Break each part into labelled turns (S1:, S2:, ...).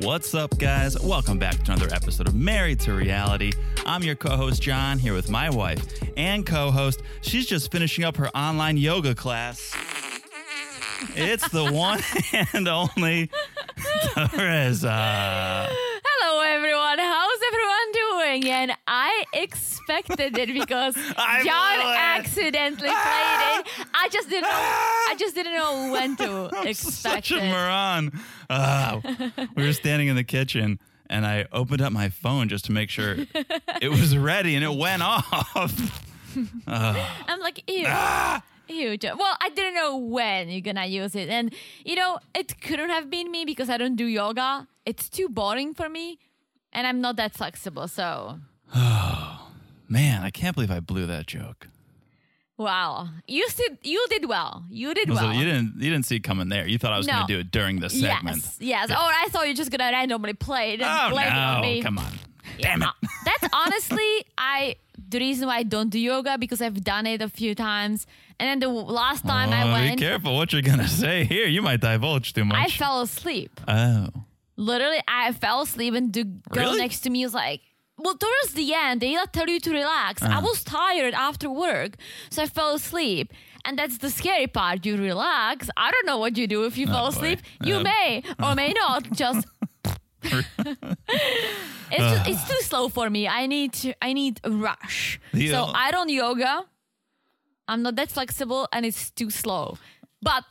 S1: What's up, guys? Welcome back to another episode of Married to Reality. I'm your co host, John, here with my wife and co host. She's just finishing up her online yoga class. It's the one and only Teresa.
S2: Hello, everyone. How's everyone doing? And I expected it because
S1: I
S2: John
S1: blew it.
S2: accidentally played it. I just didn't. Know, I just didn't know when to expect
S1: Such a
S2: it.
S1: moron. Oh, we were standing in the kitchen and I opened up my phone just to make sure it was ready and it went off.
S2: I'm like, ew.
S1: Ah!
S2: Ew. John. Well, I didn't know when you're gonna use it, and you know, it couldn't have been me because I don't do yoga. It's too boring for me, and I'm not that flexible. So,
S1: Man, I can't believe I blew that joke.
S2: wow, you did you did well. You did
S1: So
S2: well.
S1: you didn't you didn't see it coming there. You thought I was going
S2: No.
S1: to do it during this segment.
S2: Yes, yes. Or I thought you're just gonna randomly play it and
S1: Oh
S2: blame it on
S1: no!
S2: me.
S1: Come on, damn it!
S2: Uh, That's honestly, I the reason why I don't do yoga because I've done it a few times, and then the w- last time I
S1: Oh,
S2: went,
S1: be careful what you're gonna say here. You might divulge too
S2: I
S1: much.
S2: fell asleep.
S1: oh,
S2: Literally, I fell asleep, and the girl
S1: Really?
S2: next to me was like, "Well, towards the end, they like, tell you to relax." I
S1: Uh-huh.
S2: was tired after work, so I fell asleep. And that's the scary part. You relax. I don't know what you do if you fall
S1: Oh, boy.
S2: asleep. You
S1: Uh,
S2: may or may not just. it's, just,
S1: Uh.
S2: it's too slow for me. I need to, I need a rush.
S1: Yeah.
S2: So I don't yoga. I'm not that flexible, and it's too slow. But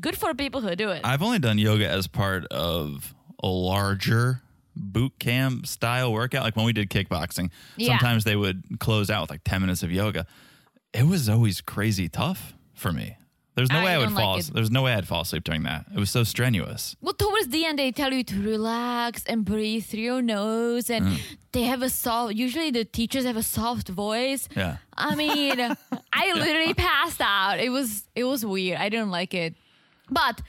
S2: good for people who do it.
S1: I've only done yoga as part of a larger boot camp style workout. Like when we did kickboxing,
S2: Yeah.
S1: sometimes they would close out with like ten minutes of yoga. It was always crazy tough for me. There's no
S2: I
S1: way I would
S2: don't like
S1: fall.
S2: it.
S1: There's no way I'd fall asleep during that. It was so strenuous.
S2: Well, towards the end, they tell you to relax and breathe through your nose, and
S1: Mm.
S2: they have a soft. Usually, the teachers have a soft voice.
S1: Yeah.
S2: I mean, I literally passed out. It was it was weird. I didn't like it, but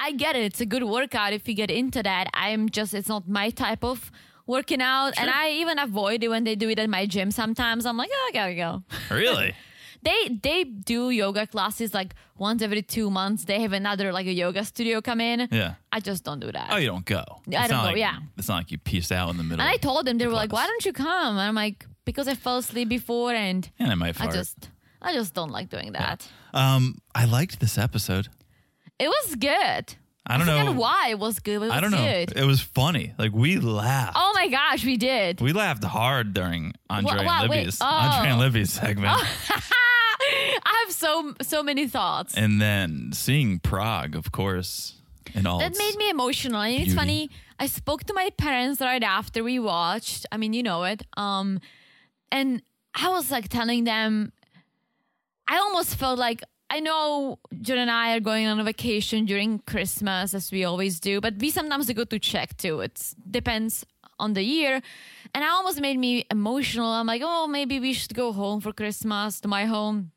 S2: I get it. It's a good workout if you get into that. I'm just it's not my type of working out, and I even avoid it when they do it at my gym. Sometimes I'm like, oh, I gotta go.
S1: Really?
S2: They they do yoga classes like once every two months. They have another like a yoga studio come in.
S1: yeah.
S2: I just don't do that.
S1: Oh, you don't go.
S2: I
S1: It's
S2: don't
S1: not
S2: go,
S1: Like,
S2: yeah.
S1: It's not like you peace out in the middle.
S2: And I told them they were like,
S1: class.
S2: "Why don't you come?" And I'm like, "Because I fell asleep before, and
S1: and I might fart.
S2: I just, I just don't like doing that."
S1: Um, I liked this episode.
S2: It was good.
S1: I don't
S2: forget
S1: know.
S2: why it was good. But it was
S1: I don't know.
S2: good.
S1: It was funny. Like we laughed.
S2: Oh my gosh, we did.
S1: We laughed hard during Andre
S2: Wha- wha-
S1: and
S2: wait.
S1: Libby's
S2: Oh.
S1: Andre and Libby's segment,
S2: I have so so many thoughts.
S1: and then seeing Prague, of course, and all.
S2: That
S1: its-
S2: made me emotional. And it's
S1: beauty.
S2: funny. I spoke to my parents right after we watched. I mean, you know it. Um, and I was like telling them, I almost felt like I know John and I are going on a vacation during Christmas as we always do, but we sometimes go to Czech too. It depends on the year. And I almost made me emotional. I'm like, oh, maybe we should go home for Christmas to my home.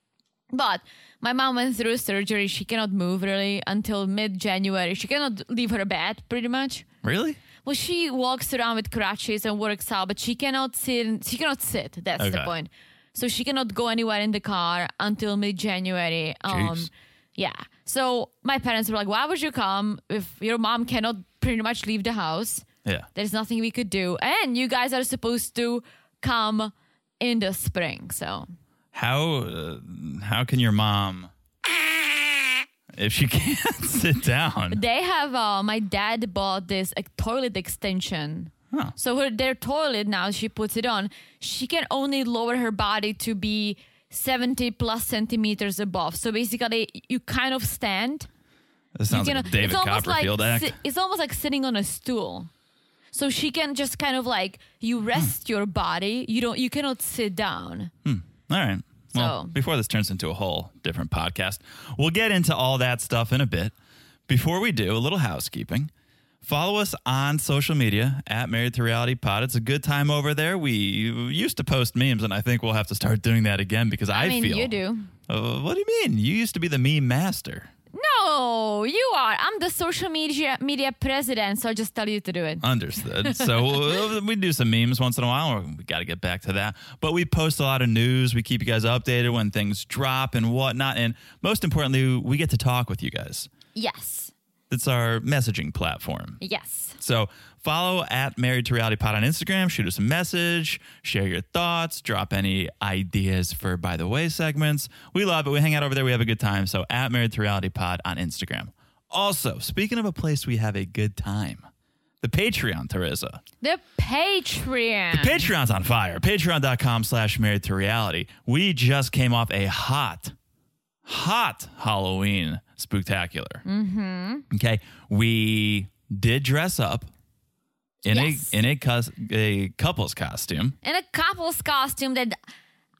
S2: But my mom went through surgery. She cannot move really until mid January. She cannot leave her bed pretty much.
S1: really.
S2: Well, she walks around with crutches and works out, but she cannot sit. She cannot sit. That's the
S1: Okay.
S2: point. So she cannot go anywhere in the car until mid January. Um,
S1: Jeez.
S2: yeah. So my parents were like, "Why would you come if your mom cannot pretty much leave the house?
S1: Yeah.
S2: There's nothing we could do, and you guys are supposed to come in the spring." So
S1: How uh, how can your mom if she can't sit down?
S2: They have uh, my dad bought this like, toilet extension.
S1: Huh.
S2: So her their toilet now she puts it on. She can only lower her body to be 70 plus centimeters above. So basically you kind of stand.
S1: That sounds
S2: you
S1: like
S2: know,
S1: a David
S2: it's almost like
S1: Copperfield act.
S2: si- it's almost like sitting on a stool. So she can just kind of like you
S1: Hmm.
S2: rest your body. You don't you cannot sit down.
S1: All right. Well,
S2: So-
S1: before this turns into a whole different podcast, we'll get into all that stuff in a bit. Before we do, a little housekeeping. Follow us on social media at Married to Reality Pod. It's a good time over there. We used to post memes, and I think we'll have to start doing that again because I,
S2: I, mean
S1: feel
S2: you do.
S1: Uh, what do you mean? You used to be the meme master.
S2: No, you are. I'm the social media media president, so I just tell you to do it.
S1: Understood. So uh, we do some memes once in a while. We got to get back to that. But we post a lot of news. We keep you guys updated when things drop and whatnot. And most importantly, we get to talk with you guys.
S2: yes.
S1: It's our messaging platform.
S2: Yes.
S1: So follow at Married to Reality Pod on Instagram. Shoot us a message. Share your thoughts. Drop any ideas for By the Way segments. We love it. We hang out over there. We have a good time. So at Married to Reality Pod on Instagram. Also, speaking of a place we have a good time, the Patreon, Teresa.
S2: The Patreon.
S1: Patreon's on fire. Patreon.com slash married to reality. We just came off a hot, hot Halloween spooktacular. Mm-hmm. Okay. We did dress up in
S2: Yes.
S1: a in a, cus- a couple's costume.
S2: in a couple's costume that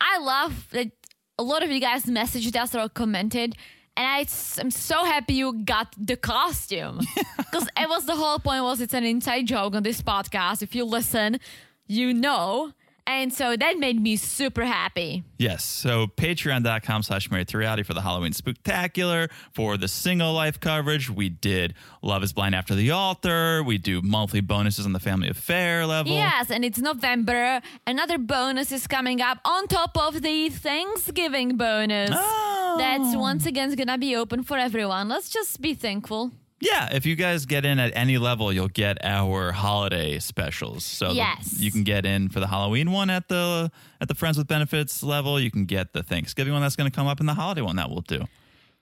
S2: I love that a lot of you guys messaged us or commented. And I, am so happy you got the costume because it was the whole point was it's an inside joke on this podcast. If you listen, you know. And so that made me super happy.
S1: Yes. So patreon.com slash married to reality for the Halloween spooktacular, for the single life coverage. We did Love is Blind After the Altar. We do monthly bonuses on the family affair level.
S2: Yes, and it's November. Another bonus is coming up on top of the Thanksgiving bonus.
S1: Oh.
S2: That's once again gonna be open for everyone. Let's just be thankful.
S1: Yeah, if you guys get in at any level, you'll get our holiday specials. So the-
S2: Yes.
S1: you can get in for the Halloween one at the at the Friends with Benefits level. You can get the Thanksgiving one that's going to come up, and the holiday one that we'll do.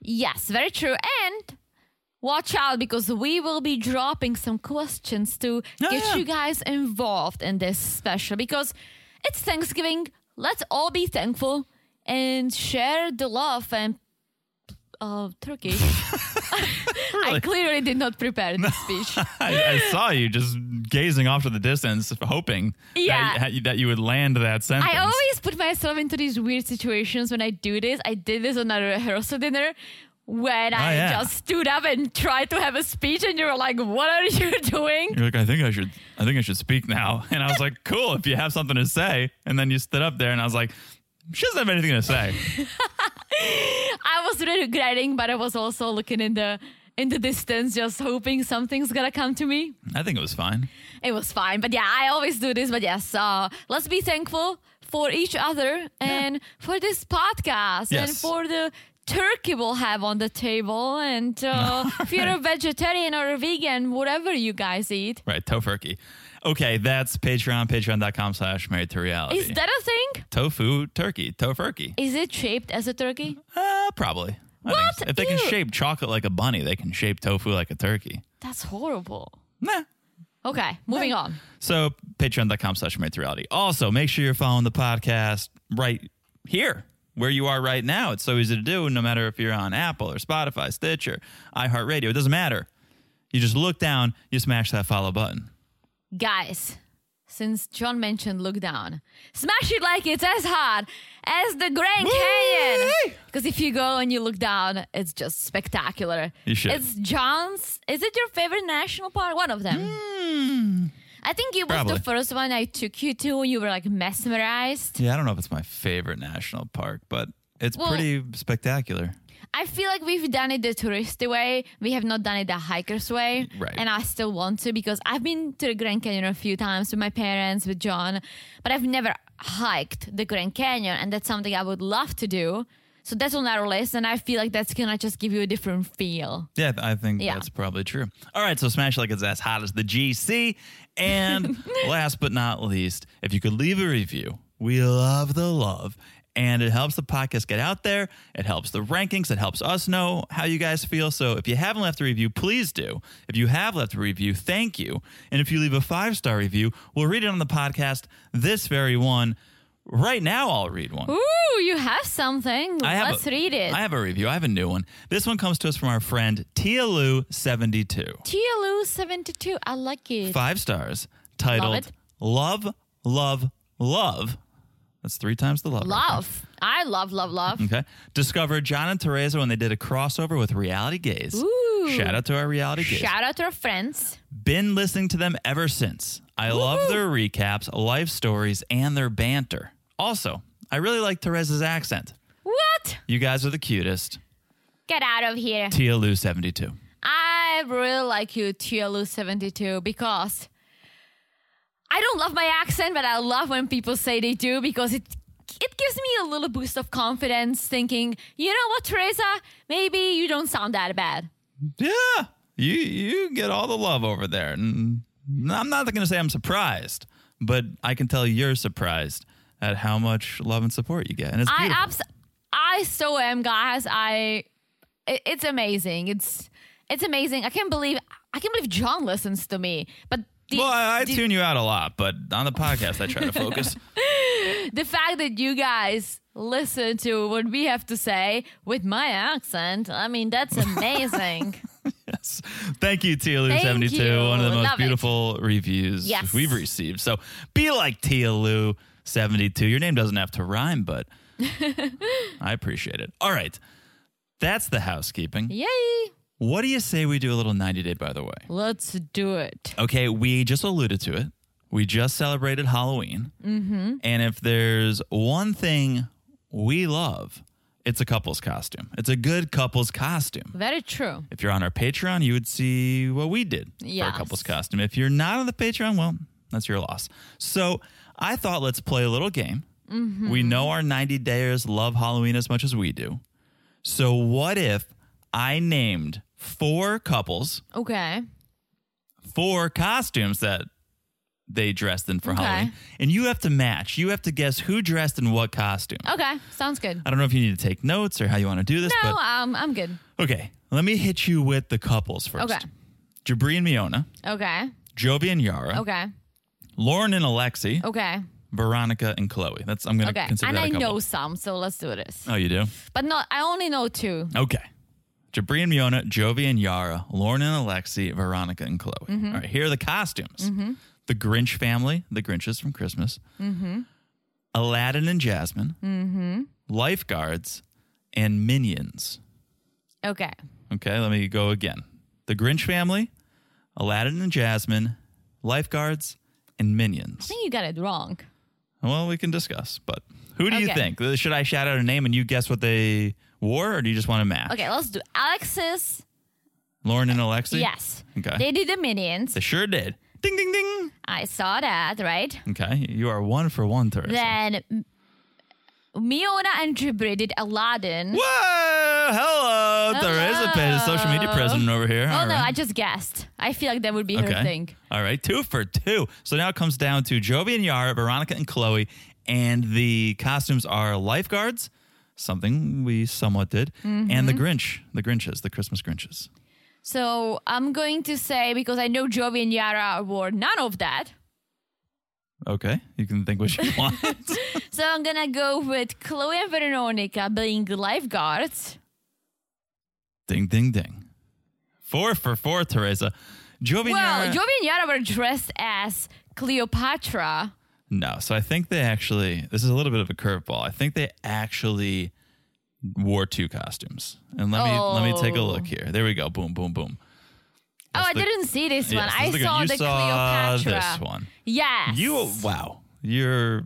S2: Yes, very true. And watch out because we will be dropping some questions to
S1: Oh,
S2: get
S1: yeah.
S2: you guys involved in this special because it's Thanksgiving. Let's all be thankful and share the love and uh, turkey. I clearly did not prepare this speech.
S1: I, I saw you just gazing off to the distance, hoping
S2: Yeah.
S1: that, that you would land that sentence.
S2: I always put myself into these weird situations when I do this. I did this on a rehearsal dinner when I
S1: Oh, yeah.
S2: just stood up and tried to have a speech, and you were like, What are you doing?
S1: You're like, I think I should, I think I should speak now. And I was like, cool, if you have something to say. And then you stood up there, and I was like, she doesn't have anything to say.
S2: I was really regretting, but I was also looking in the in the distance, just hoping something's gonna come to me.
S1: I think it was fine.
S2: It was fine, but yeah, I always do this. But yes, uh, let's be thankful for each other and for this podcast and
S1: Yes.
S2: for the turkey we'll have on the table. And uh, if you're a vegetarian or a vegan, whatever you guys eat,
S1: Right, tofurkey. Okay, that's Patreon, patreon.com slash married to reality.
S2: is that a thing?
S1: Tofu turkey, tofurkey.
S2: Is it shaped as a turkey?
S1: Uh, probably. I think
S2: What?
S1: so. If they can
S2: Ew.
S1: shape chocolate like a bunny, they can shape tofu like a turkey.
S2: That's horrible.
S1: Nah.
S2: Okay, moving on.
S1: So patreon.com slash married to reality. Also, make sure you're following the podcast right here where you are right now. It's so easy to do, no matter if you're on Apple or Spotify, Stitcher, iHeartRadio. It doesn't matter. You just look down, you smash that follow button.
S2: Guys, since John mentioned look down, smash it like it's as hard as the Grand Canyon. Because if you go and you look down, it's just spectacular.
S1: You should.
S2: It's John's. Is it your favorite national park? One of them. I think it was
S1: Probably.
S2: the first one I took you to when you were like mesmerized.
S1: Yeah, I don't know if it's my favorite national park, but it's
S2: Well-
S1: pretty spectacular.
S2: I feel like we've done it the touristy way. We have not done it the hiker's way.
S1: Right.
S2: And I still want to because I've been to the Grand Canyon a few times with my parents, with John, but I've never hiked the Grand Canyon. And that's something I would love to do. So that's on our list. And I feel like that's going to just give you a different feel.
S1: Yeah, I think
S2: Yeah.
S1: that's probably true. All right, so smash like it's as hot as the GC. And last but not least, if you could leave a review, we love the love. And it helps the podcast get out there. It helps the rankings. It helps us know how you guys feel. So if you haven't left a review, please do. If you have left a review, thank you. And if you leave a five star review, we'll read it on the podcast this very one Right now, I'll read one.
S2: Ooh, you have something.
S1: I have
S2: Let's
S1: a-
S2: read it.
S1: I have a review. I have a new one. This one comes to us from our friend Tia Lou 72.
S2: TLU 72. I like it.
S1: Five stars,
S2: Love
S1: titled
S2: it.
S1: Love, Love, Love. That's three times the love. right there.
S2: Love. I love, love, love.
S1: Okay. Discovered John and Teresa when they did a crossover with Reality Gaze.
S2: Ooh.
S1: Shout out to our Reality Gaze.
S2: Shout out to our friends.
S1: Been listening to them ever since. I love their recaps, life stories, and their banter. Also, I really like Teresa's accent.
S2: What?
S1: You guys are the cutest.
S2: Get out of here.
S1: Tia Lou 72.
S2: I really like you, TLU 72, because I don't love my accent, but I love when people say they do because it it gives me a little boost of confidence thinking, you know what, Teresa, maybe you don't sound that bad.
S1: Yeah. You you get all the love over there. And I'm not going to say I'm surprised, but I can tell you're surprised at how much love and support you get. And it's
S2: I
S1: beautiful.
S2: abs- I so am, guys. I it, it's amazing. It's it's amazing. I can't believe I can't believe John listens to me. But the,
S1: well, I, I
S2: the-
S1: tune you out a lot, but on the podcast, I try to focus.
S2: the fact that you guys listen to what we have to say with my accent, I mean, that's amazing.
S1: Yes. Thank you, Tia Lou
S2: Thank
S1: 72.
S2: you.
S1: One of the most
S2: Love it.
S1: beautiful reviews
S2: Yes.
S1: we've received. So be like Tia Lou 72. Your name doesn't have to rhyme, but I appreciate it. All right. That's the housekeeping.
S2: Yay!
S1: What do you say we do a little 90 day, by the way?
S2: Let's do it.
S1: Okay, we just alluded to it. We just celebrated Halloween. Mm-hmm. And if there's one thing we love, it's a couple's costume. It's a good couple's costume.
S2: Very true.
S1: If you're on our Patreon, you would see what we did for
S2: Yes.
S1: a couple's costume. If you're not on the Patreon, well, that's your loss. So I thought let's play a little game. We know our 90 Dayers love Halloween as much as we do. So what if I named four couples,
S2: Okay.
S1: four costumes that they dressed in for
S2: Okay.
S1: Halloween, and you have to match. You have to guess who dressed in what costume.
S2: Okay. Sounds good.
S1: I don't know if you need to take notes or how you want to do this,
S2: No, um, I'm good.
S1: but okay, let me hit you with the couples first.
S2: Okay.
S1: Jabri and Miona.
S2: Okay.
S1: Jovi and Yara,
S2: Okay.
S1: Lauren and Alexi,
S2: Okay.
S1: Veronica and Chloe. That's I'm gonna
S2: Okay.
S1: consider
S2: And
S1: that a
S2: I
S1: couple.
S2: know some, so let's do this.
S1: Oh, you do?
S2: But no, I only know two.
S1: Okay. Jabri and Miona, Jovi and Yara, Lauren and Alexi, Veronica and Chloe.
S2: Mm-hmm.
S1: All right, here are the costumes: the Grinch family, the Grinches from Christmas,
S2: Mm-hmm.
S1: Aladdin and Jasmine, lifeguards, and minions.
S2: Okay.
S1: Okay, let me go again: the Grinch family, Aladdin and Jasmine, lifeguards, and minions.
S2: I think you got it wrong.
S1: Well, we can discuss, but who do you
S2: Okay.
S1: think? Should I shout out a name and you guess what they wore, or do you just want to match?
S2: Okay, let's do Alexis.
S1: Lauren and Alexi?
S2: Yes.
S1: Okay.
S2: They did the minions.
S1: They sure did. Ding, ding, ding.
S2: I saw that, right?
S1: Okay. You are one for one, Thursday.
S2: Then M- Miona and Jibri did Aladdin.
S1: Whoa! Hello! Teresa Page, social media president over here.
S2: Oh
S1: All
S2: no,
S1: right.
S2: I just guessed. I feel like that would be her thing.
S1: All right, two for two. So now it comes down to Jovi and Yara, Veronica and Chloe, and the costumes are lifeguards, something we somewhat did, and
S2: Mm-hmm.
S1: the Grinch, the Grinches, the Christmas Grinches.
S2: So I'm going to say because I know Jovi and Yara wore none of that.
S1: Okay, you can think what you want.
S2: So I'm gonna go with Chloe and Veronica being lifeguards.
S1: ding, ding, ding. Four for four, Teresa. Jovi
S2: Well,
S1: Nara-
S2: Jovi and Yara were dressed as Cleopatra. Oh,
S1: no, so I think they actually, this is a little bit of a curveball. I think they actually wore two costumes. And let me let me take a look here. There we go. Boom, boom, boom.
S2: Oh, I
S1: the-
S2: didn't see this one.
S1: Yes,
S2: I
S1: this is good.
S2: saw
S1: you
S2: the
S1: saw
S2: Cleopatra.
S1: this one.
S2: Yes.
S1: You wow. You're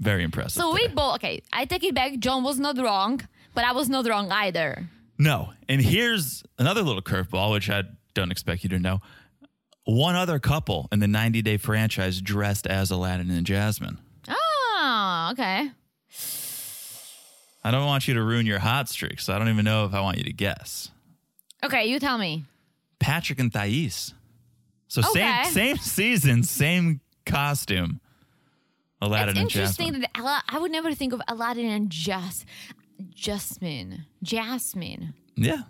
S1: very impressive.
S2: So we
S1: today.
S2: both okay. I take it back. John was not wrong, but I was not wrong either.
S1: No. And here's another little curveball, which I don't expect you to know. One other couple in the 90 Day franchise dressed as Aladdin and Jasmine.
S2: Oh, okay.
S1: I don't want you to ruin your hot streak, so I don't even know if I want you to guess.
S2: Okay, you tell me.
S1: Patrick and Thais. So
S2: Okay.
S1: same same season, same costume. Aladdin
S2: It's
S1: and
S2: interesting
S1: Jasmine.
S2: that Ala- I would never think of Aladdin and Jas, Jasmine, Jasmine.
S1: yeah.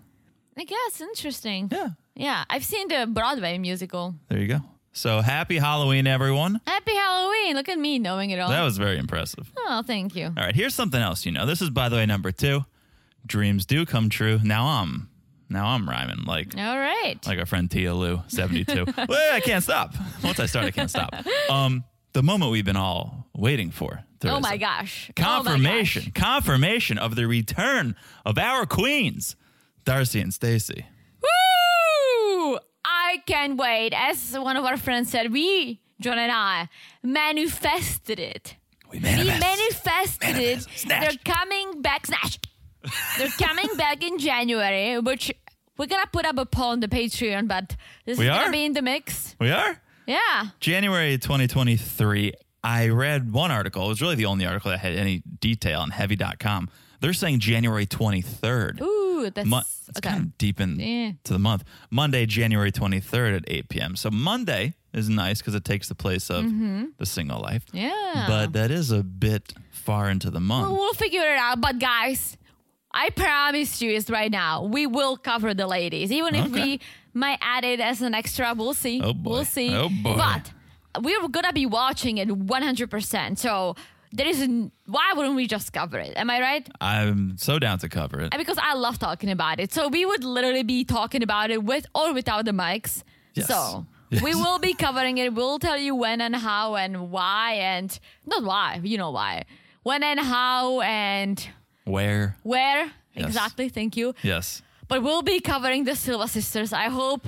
S2: I guess interesting.
S1: Yeah.
S2: Yeah, I've seen the Broadway musical.
S1: There you go. So happy Halloween, everyone.
S2: Happy Halloween. Look at me knowing it all.
S1: That was very impressive.
S2: oh, thank you.
S1: All right, here's something else you know. This is, by the way, number two. Dreams do come true. Now I'm, now I'm rhyming like
S2: All right.
S1: like our friend Tia Lou, 72. well, I can't stop. Once I start, I can't stop. Um, the moment we've been all waiting for. There
S2: oh
S1: is
S2: my
S1: a
S2: gosh. Oh my
S1: Confirmation.
S2: gosh.
S1: Confirmation of the return of our queens, Darcy and Stacy.
S2: Woo! I can't wait. As one of our friends said, we, John and I, manifested it.
S1: We
S2: We
S1: manifest.
S2: manifested it.
S1: Manifest. Snatch.
S2: They're coming back. Snatch. They're coming back in January, which we're gonna put up a poll on the Patreon, but this
S1: We
S2: is
S1: are?
S2: gonna be in the mix.
S1: we are?
S2: Yeah.
S1: January 2023, I read one article. It was really the only article that had any detail on heavy.com. They're saying January 23rd.
S2: Ooh, that's
S1: Mon- it's
S2: okay.
S1: kind of deep in
S2: Yeah.
S1: to the month. Monday, January 23rd at 8 p.m. So Monday is nice because it takes the place of the single life.
S2: Mm-hmm. Yeah.
S1: But that is a bit far into the month.
S2: We'll figure it out. But guys, I promise you is right now, we will cover the ladies. Even if
S1: Okay.
S2: we might add it as an extra, we'll see.
S1: Oh, boy.
S2: We'll see.
S1: Oh, boy.
S2: But we're gonna be watching it 100%. So there is n- why wouldn't we just cover it? Am I right?
S1: I'm so down to cover it.
S2: And because I love talking about it. So we would literally be talking about it with or without the mics.
S1: Yes.
S2: So
S1: Yes.
S2: we will be covering it. We'll tell you when and how and why and not why, you know why. When and how and
S1: Where?
S2: where
S1: Yes.
S2: exactly? Thank you.
S1: Yes.
S2: But we'll be covering the Silva sisters. I hope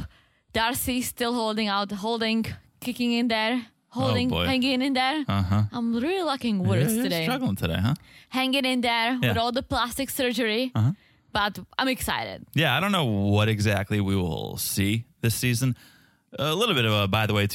S2: Darcy's still holding out, holding, kicking in there, holding,
S1: boy.
S2: hanging in there.
S1: Uh-huh.
S2: I'm really lacking words
S1: You're- you're
S2: today.
S1: struggling today, huh?
S2: Hanging in there with
S1: Yeah. Uh-huh.
S2: all the plastic surgery. But I'm excited.
S1: Yeah, I don't know what exactly we will see this season. A little bit of a, by the way,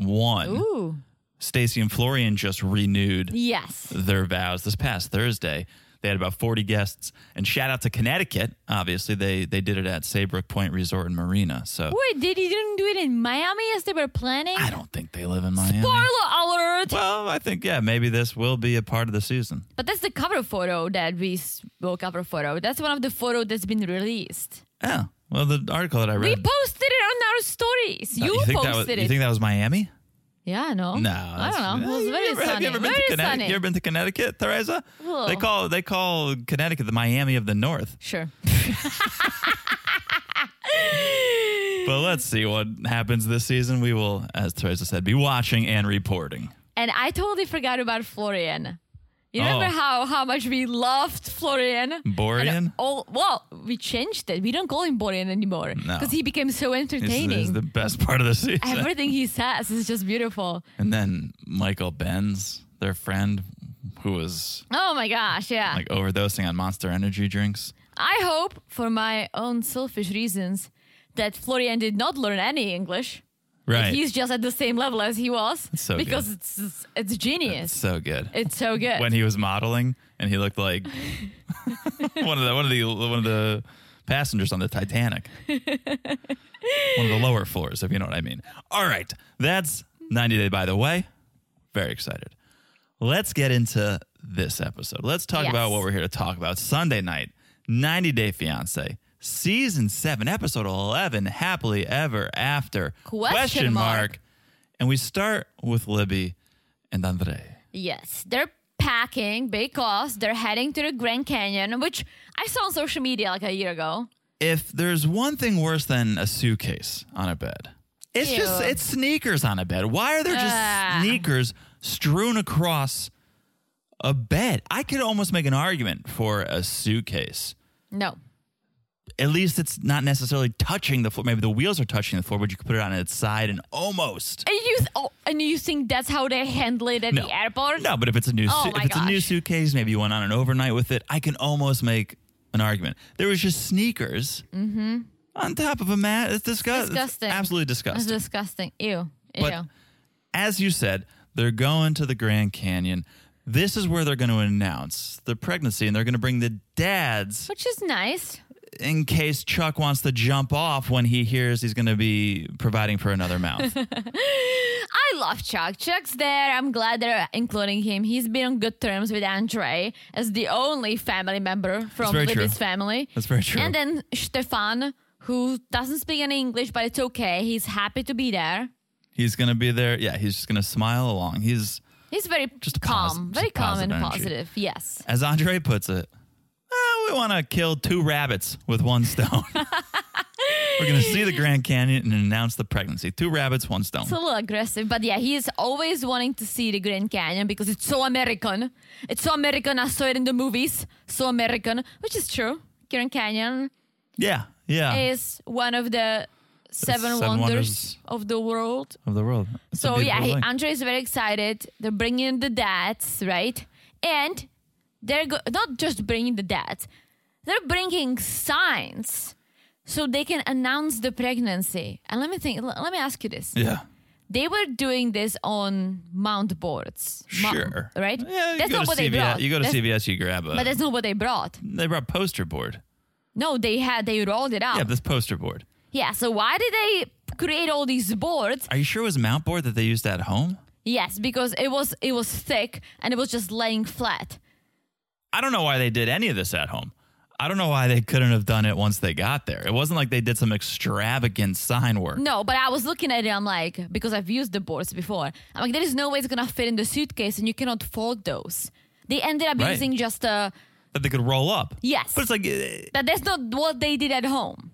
S1: 2.1.
S2: Ooh.
S1: Stacy and Florian just renewed
S2: Yes.
S1: their vows this past Thursday. They had about 40 guests, and shout out to Connecticut. Obviously, they they did it at Saybrook Point Resort and Marina. So
S2: Wait, did you didn't do it in Miami as they were planning?
S1: I don't think they live in Miami.
S2: Spoiler alert!
S1: Well, I think yeah, maybe this will be a part of the season.
S2: But that's the cover photo that we s- well, cover photo. That's one of the photo that's been released.
S1: Yeah. Well, the article that I
S2: We
S1: read.
S2: posted it on our stories. You,
S1: think
S2: posted
S1: that was,
S2: it.
S1: You think that was Miami?
S2: yeah, no.
S1: No,
S2: I
S1: that's-
S2: don't know. It was
S1: You
S2: very
S1: ever-
S2: sunny.
S1: Have you ever been
S2: very
S1: to Connecticut?
S2: sunny.
S1: You ever been to Connecticut, Theresa?
S2: Whoa.
S1: They call they call Connecticut the Miami of the North.
S2: sure.
S1: But let's see what happens this season. We will, as Theresa said, be watching and reporting.
S2: And I totally forgot about Florian. You remember
S1: Oh.
S2: how how much we loved Florian?
S1: Borian?
S2: And all well, we changed it. We don't call him Borian anymore
S1: No.
S2: because he became so
S1: This
S2: entertaining.
S1: is the best part of the season.
S2: Everything he says is just beautiful.
S1: And then Michael Benz, their friend, who was
S2: Oh my gosh, yeah.
S1: like overdosing on Monster Energy drinks.
S2: I hope, for my own selfish reasons, that Florian did not learn any English.
S1: Right.
S2: He's just at the same level as he was
S1: so good.
S2: because it's it's- it's genius.
S1: so good.
S2: it's so good.
S1: when he was modeling and he looked like one of the one of the one of the passengers on the Titanic. one of the lower floors, if you know what I mean. All right. That's 90 Day by the way. Very excited. Let's get into this episode. Let's talk
S2: Yes.
S1: about what we're here to talk about. Sunday night, 90 Day Fiance, season 7, episode 11, happily ever after.
S2: Question mark.
S1: And we start with Libby and Andre.
S2: Yes, they're packing because they're heading to the Grand Canyon, which I saw on social media like a year ago.
S1: if there's one thing worse than a suitcase on a bed, it's
S2: Ew.
S1: just it's sneakers on a bed. Why are there just
S2: Ah.
S1: sneakers strewn across a bed? I could almost make an argument for a suitcase.
S2: No.
S1: At least it's not necessarily touching the floor. Maybe the wheels are touching the floor, but you could put it on its side and almost.
S2: And you, th- oh, and you think that's how they handle it at
S1: No.
S2: the airport?
S1: No, but if it's a new
S2: Oh
S1: suit-
S2: my
S1: if it's a new
S2: gosh.
S1: suitcase, maybe you went on an overnight with it. I can almost make an argument. There was just sneakers on top of a mat. It's disgust- it's
S2: Mm-hmm. Disgusting.
S1: absolutely
S2: That's
S1: disgusting.
S2: disgusting. Ew. Ew.
S1: But as you said, they're going to the Grand Canyon. This is where they're going to announce the pregnancy, and they're going to bring the dads
S2: Which is nice.
S1: in case Chuck wants to jump off when he hears he's going to be providing for another mouth.
S2: I love Chuck. Chuck's there. I'm glad they're including him. He's been on good terms with Andre as the only family member from
S1: very
S2: Libby's
S1: true.
S2: family.
S1: That's very true.
S2: And then Stefan, who doesn't speak any English, but it's okay. He's happy to be there.
S1: He's gonna be there. Yeah, he's just gonna smile along. He's
S2: He's very
S1: Just
S2: calm,
S1: posi- just
S2: very calm and
S1: positive energy.
S2: positive. Yes.
S1: as Andre puts it, "Ah, we want to kill two rabbits with one stone. We're gonna see the Grand Canyon and announce the pregnancy. Two rabbits, one stone.
S2: It's a little aggressive, but yeah, he is always wanting to see the Grand Canyon because it's so American. It's so American. I saw it in the movies. So American, which is true. Grand Canyon
S1: yeah, yeah,
S2: is one of the seven,
S1: seven
S2: wonders,
S1: wonders.
S2: of the world.
S1: of the world. It's a
S2: So yeah,
S1: beautiful
S2: he,
S1: thing.
S2: Andre is very excited. They're bringing the dads, right? And they're go- not just bringing the dads; they're bringing signs so they can announce the pregnancy. And let me think. l- Let me ask you this:
S1: yeah.
S2: They were doing this on mount boards, Mo-
S1: Sure.
S2: right?
S1: Yeah, you
S2: that's
S1: go
S2: not
S1: to
S2: what
S1: CVS.
S2: they brought.
S1: You go to
S2: That's-
S1: CVS, you grab a.
S2: but that's not what they brought.
S1: they brought poster board.
S2: No, they had they rolled it out.
S1: Yeah, this poster board.
S2: yeah. So why did they create all these boards?
S1: Are you sure it was mount board that they used at home?
S2: Yes, because it was it was thick and it was just laying flat.
S1: I don't know why they did any of this at home. I don't know why they couldn't have done it once they got there. It wasn't like they did some extravagant sign work.
S2: No, but I was looking at it. I'm like, because I've used the boards before. I'm like, there is no way it's gonna fit in the suitcase, and you cannot fold those. They ended up
S1: Right.
S2: using just a.
S1: That they could roll up.
S2: Yes.
S1: But it's like eh,
S2: But that's not what they did at home.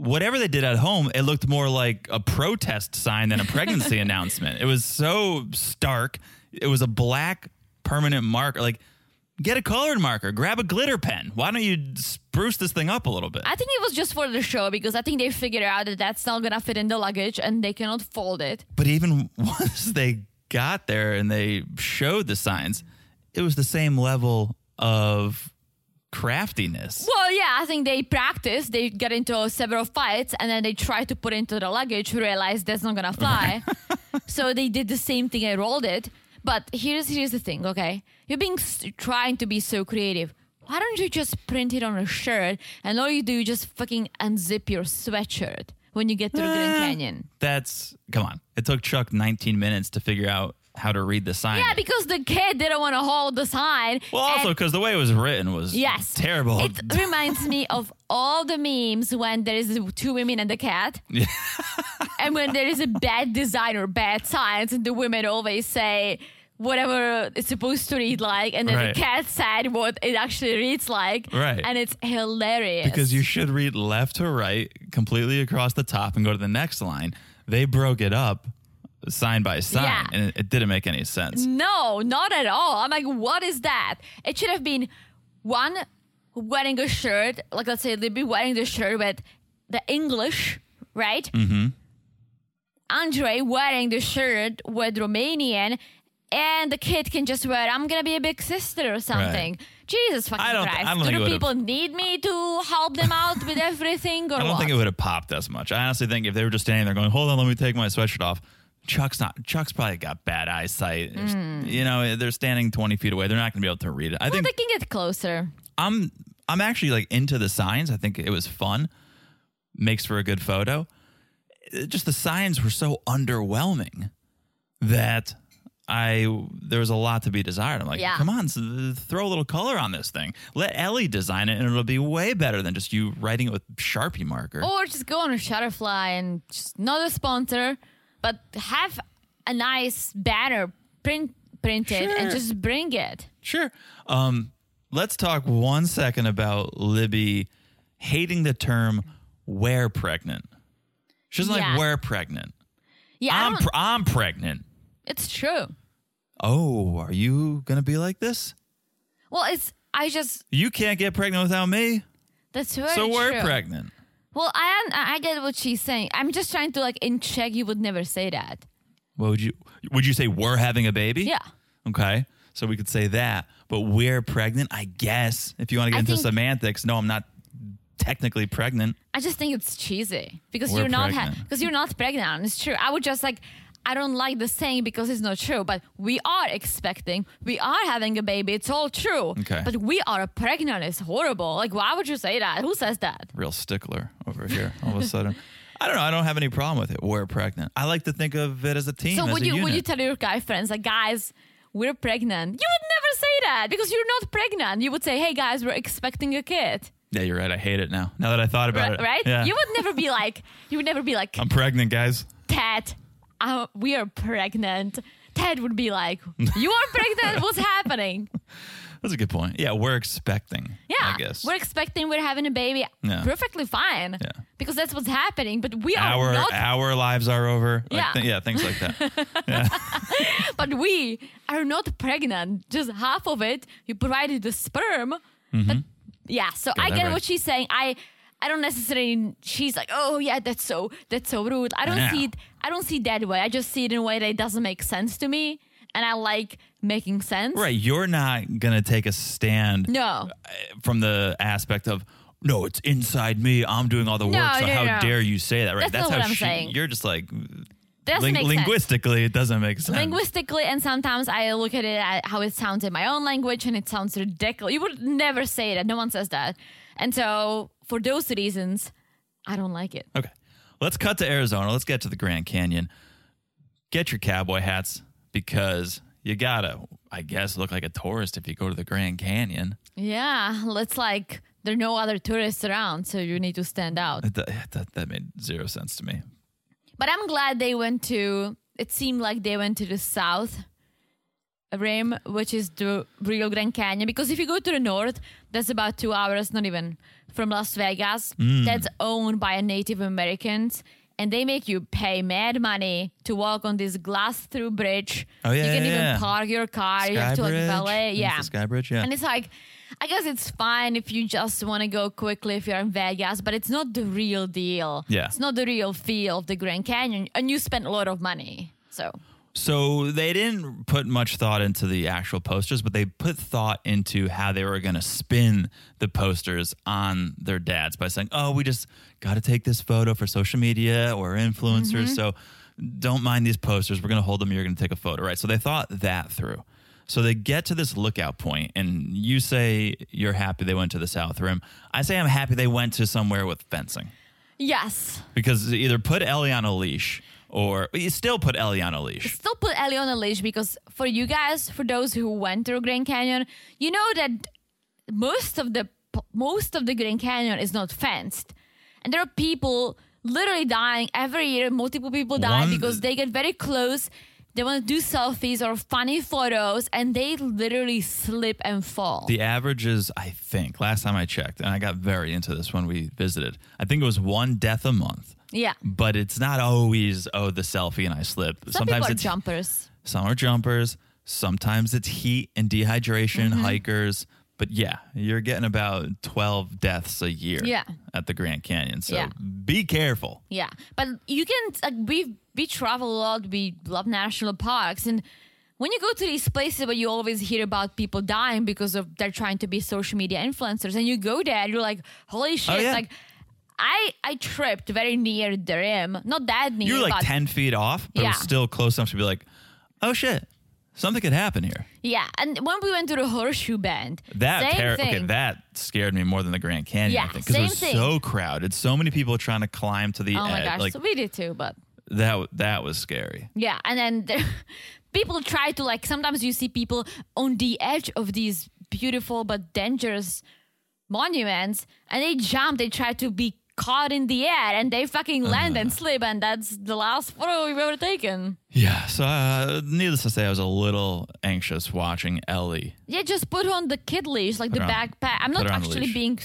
S1: whatever they did at home, it looked more like a protest sign than a pregnancy announcement. It was so stark. It was a black permanent marker. Like, get a colored marker, grab a glitter pen. Why don't you spruce this thing up a little bit?
S2: I think it was just for the show because I think they figured out that that's not gonna fit in the luggage, and they cannot fold it.
S1: But even once they got there and they showed the signs, it was the same level of craftiness.
S2: Well, yeah, I think they practiced. They got into several fights, and then they tried to put it into the luggage, realized that's not gonna fly. so they did the same thing. I rolled it. But here's here's the thing, okay? You're being s trying to be so creative. Why don't you just print it on a shirt, and all you do, you just fucking unzip your sweatshirt when you get to the Grand
S1: Eh.
S2: Canyon.
S1: That's come on. It took Chuck 19 minutes to figure out how to read the sign.
S2: Yeah, because the kid didn't want to hold the sign.
S1: well, also
S2: and-
S1: because the way it was written was
S2: yes,
S1: terrible.
S2: It reminds me of all the memes when there is two women and a cat. and when there is a bad design or bad science, and the women always say whatever it's supposed to read like, and then
S1: Right.
S2: the cat said what it actually reads like.
S1: Right.
S2: And it's hilarious.
S1: because you should read left to right, completely across the top, and go to the next line. They broke it up sign by sign,
S2: Yeah.
S1: and it, it didn't make any sense.
S2: No, not at all. I'm like, what is that? It should have been one wearing a shirt, like let's say they'd be wearing the shirt with the English, right? Mm-hmm. Andre wearing the shirt with Romanian, and the kid can just wear, I'm gonna be a big sister or something. Jesus fucking
S1: I don't-
S2: Christ.
S1: I don't
S2: Do
S1: think it
S2: the
S1: would've-
S2: people need me to help them out with everything or
S1: I don't
S2: what?
S1: think it would have popped as much. I honestly think if they were just standing there going, "Hold on, let me take my sweatshirt off," Chuck's not. Chuck's probably got bad eyesight. You know, they're standing twenty feet away. They're not going to be able to read it. I
S2: Hmm. Well,
S1: think
S2: they can get closer.
S1: I'm. I'm actually like into the signs. I think it was fun. Makes for a good photo. It- Just the signs were so underwhelming that I there was a lot to be desired. I'm like,
S2: Yeah.
S1: come on, s- throw a little color on this thing. Let Ellie design it, and it'll be way better than just you writing it with Sharpie marker.
S2: Or just go on a Shutterfly and just not a sponsor, but have a nice banner print printed
S1: Sure.
S2: and just bring it.
S1: Sure. Um, let's talk one second about Libby hating the term "wear pregnant." She doesn't
S2: Yeah.
S1: like "wear pregnant."
S2: Yeah, I
S1: I'm
S2: don't-
S1: pr- I'm pregnant.
S2: it's true.
S1: Oh, are you gonna be like this?
S2: Well, it's I just
S1: You can't get pregnant without me,
S2: that's very
S1: so we're
S2: true.
S1: pregnant.
S2: Well, I un- I get what she's saying. I'm just trying to like in check. You would never say that.
S1: What would you would you say we're having a baby?
S2: Yeah.
S1: Okay. So we could say that, but we're pregnant, I guess. If you want to get
S2: I
S1: into
S2: think-
S1: semantics, no, I'm not technically pregnant.
S2: I just think it's cheesy because
S1: We're
S2: you're not ha-
S1: pregnant.
S2: because you're not pregnant. and It's true. I would just like I don't like the saying because it's not true. But we are expecting, we are having a baby. It's all true.
S1: Okay.
S2: But we are pregnant. It's horrible. Like why would you say that? Who says that?
S1: real stickler over here all of a sudden. I don't know. I don't have any problem with it. We're pregnant. I like to think of it as a team.
S2: So
S1: as
S2: would
S1: a
S2: you would you
S1: unit.
S2: tell your guy friends like guys? We're pregnant. You would never say that because you're not pregnant. You would say, "Hey guys, we're expecting a kid."
S1: yeah, you're right. I hate it now. Now that I thought about
S2: Right?
S1: it,
S2: right?
S1: Yeah.
S2: You would never be like, you would never be like,
S1: I'm pregnant, guys.
S2: Ted, uh, we are pregnant, Ted would be like, You are pregnant? What's happening?
S1: That's a good point. Yeah, we're expecting.
S2: Yeah.
S1: I guess.
S2: We're expecting we're having a baby.
S1: Yeah.
S2: Perfectly fine.
S1: Yeah.
S2: Because that's what's happening. But we are
S1: our
S2: not
S1: our lives are over. Like,
S2: Yeah.
S1: thi- yeah, things like that.
S2: but we are not pregnant. Just half of it. You provided the sperm.
S1: Mm-hmm.
S2: But yeah, so I
S1: that
S2: get
S1: right.
S2: what she's saying. I I don't necessarily she's like, oh yeah, that's so that's so rude. I don't
S1: Yeah.
S2: see it I don't see it that way. I just see it in a way that it doesn't make sense to me. And I like making sense.
S1: right, you're not gonna take a stand
S2: No.
S1: uh, from the aspect of no, it's inside me. I'm doing all the
S2: No,
S1: work. So
S2: no,
S1: how
S2: no.
S1: dare you say that? Right?
S2: That's not
S1: how
S2: what I'm
S1: she,
S2: saying.
S1: You're just like
S2: That doesn't
S1: ling-
S2: make sense.
S1: linguistically, it doesn't make sense.
S2: linguistically and sometimes i look at it at how it sounds in my own language and it sounds ridiculous you would never say that no one says that and so for those reasons i don't like it
S1: Okay. Let's cut to Arizona. Let's get to the Grand Canyon. Get your cowboy hats because you gotta, I guess, look like a tourist if you go to the Grand Canyon.
S2: yeah let's like there are no other tourists around so you need to stand out
S1: That, that, that- that made zero sense to me.
S2: but i'm glad they went to it seemed like they went to the south rim which is the rio grande canyon because if you go to the north that's about two hours not even from las vegas
S1: Mm.
S2: that's owned by native americans and they make you pay mad money to walk on this glass through bridge
S1: Oh, yeah,
S2: you can
S1: yeah,
S2: even
S1: yeah.
S2: park your car you
S1: Sky
S2: have to like
S1: Bridge?
S2: valet
S1: It's
S2: yeah
S1: The Sky Bridge, yeah.
S2: and it's like, I guess it's fine if you just want to go quickly if you're in Vegas, but it's not the real deal.
S1: Yeah.
S2: It's not the real feel of the Grand Canyon. And you spend a lot of money. So,
S1: So they didn't put much thought into the actual posters, but they put thought into how they were going to spin the posters on their dads by saying, "Oh, we just got to take this photo for social media or influencers, so don't mind these posters. We're going to hold them. You're going to take a photo, right?" So they thought that through. So they get to this lookout point, and you say you're happy they went to the South Rim. I say I'm happy they went to somewhere with fencing
S2: yes,
S1: because either put Ellie on a leash or you still put Ellie on a leash.
S2: still put Ellie on a leash because for you guys, for those who went to Grand Canyon, you know that most of the most of the Grand Canyon is not fenced. And there are people literally dying every year, multiple people die
S1: One-
S2: because they get very close. They want to do selfies or funny photos and they literally slip and fall.
S1: The average is, I think, last time I checked, and I got very into this when we visited. I think it was one death a month,
S2: yeah.
S1: but it's not always oh the selfie and I slip.
S2: Some people are
S1: it's
S2: jumpers.
S1: some are jumpers. Sometimes it's heat and dehydration,
S2: Mm-hmm.
S1: hikers. But yeah, you're getting about twelve deaths a year
S2: Yeah.
S1: at the Grand Canyon. So
S2: Yeah.
S1: be careful.
S2: Yeah, but you can like we we travel a lot. We love national parks, and when you go to these places, where you always hear about people dying because of they're trying to be social media influencers, and you go there, and you're like, holy shit!
S1: Oh, yeah.
S2: Like, I I tripped very near the rim, not that near.
S1: You're like
S2: but
S1: ten feet off, but it was
S2: Yeah.
S1: still close enough to be like, oh shit, something could happen here.
S2: yeah. And when we went to the horseshoe bend,
S1: That
S2: same
S1: terror,
S2: thing.
S1: okay, that scared me more than the Grand Canyon.
S2: Yeah,
S1: I think because it
S2: same
S1: was
S2: thing.
S1: so crowded, so many people trying to climb to the
S2: oh my
S1: edge.
S2: gosh,
S1: like
S2: so we did too, but
S1: that, w- that was scary.
S2: Yeah, and then there, people try to like. Sometimes you see people on the edge of these beautiful but dangerous monuments, and they jump. They try to be caught in the air, and they fucking
S1: Uh-huh.
S2: land and slip, and that's the last photo we've ever taken.
S1: Yeah. So, uh, needless to say, I was a little anxious watching Ellie.
S2: Yeah, just put on the kid leash, like the
S1: her on-
S2: backpack. I'm
S1: put
S2: not
S1: her on the
S2: actually
S1: leash.
S2: being.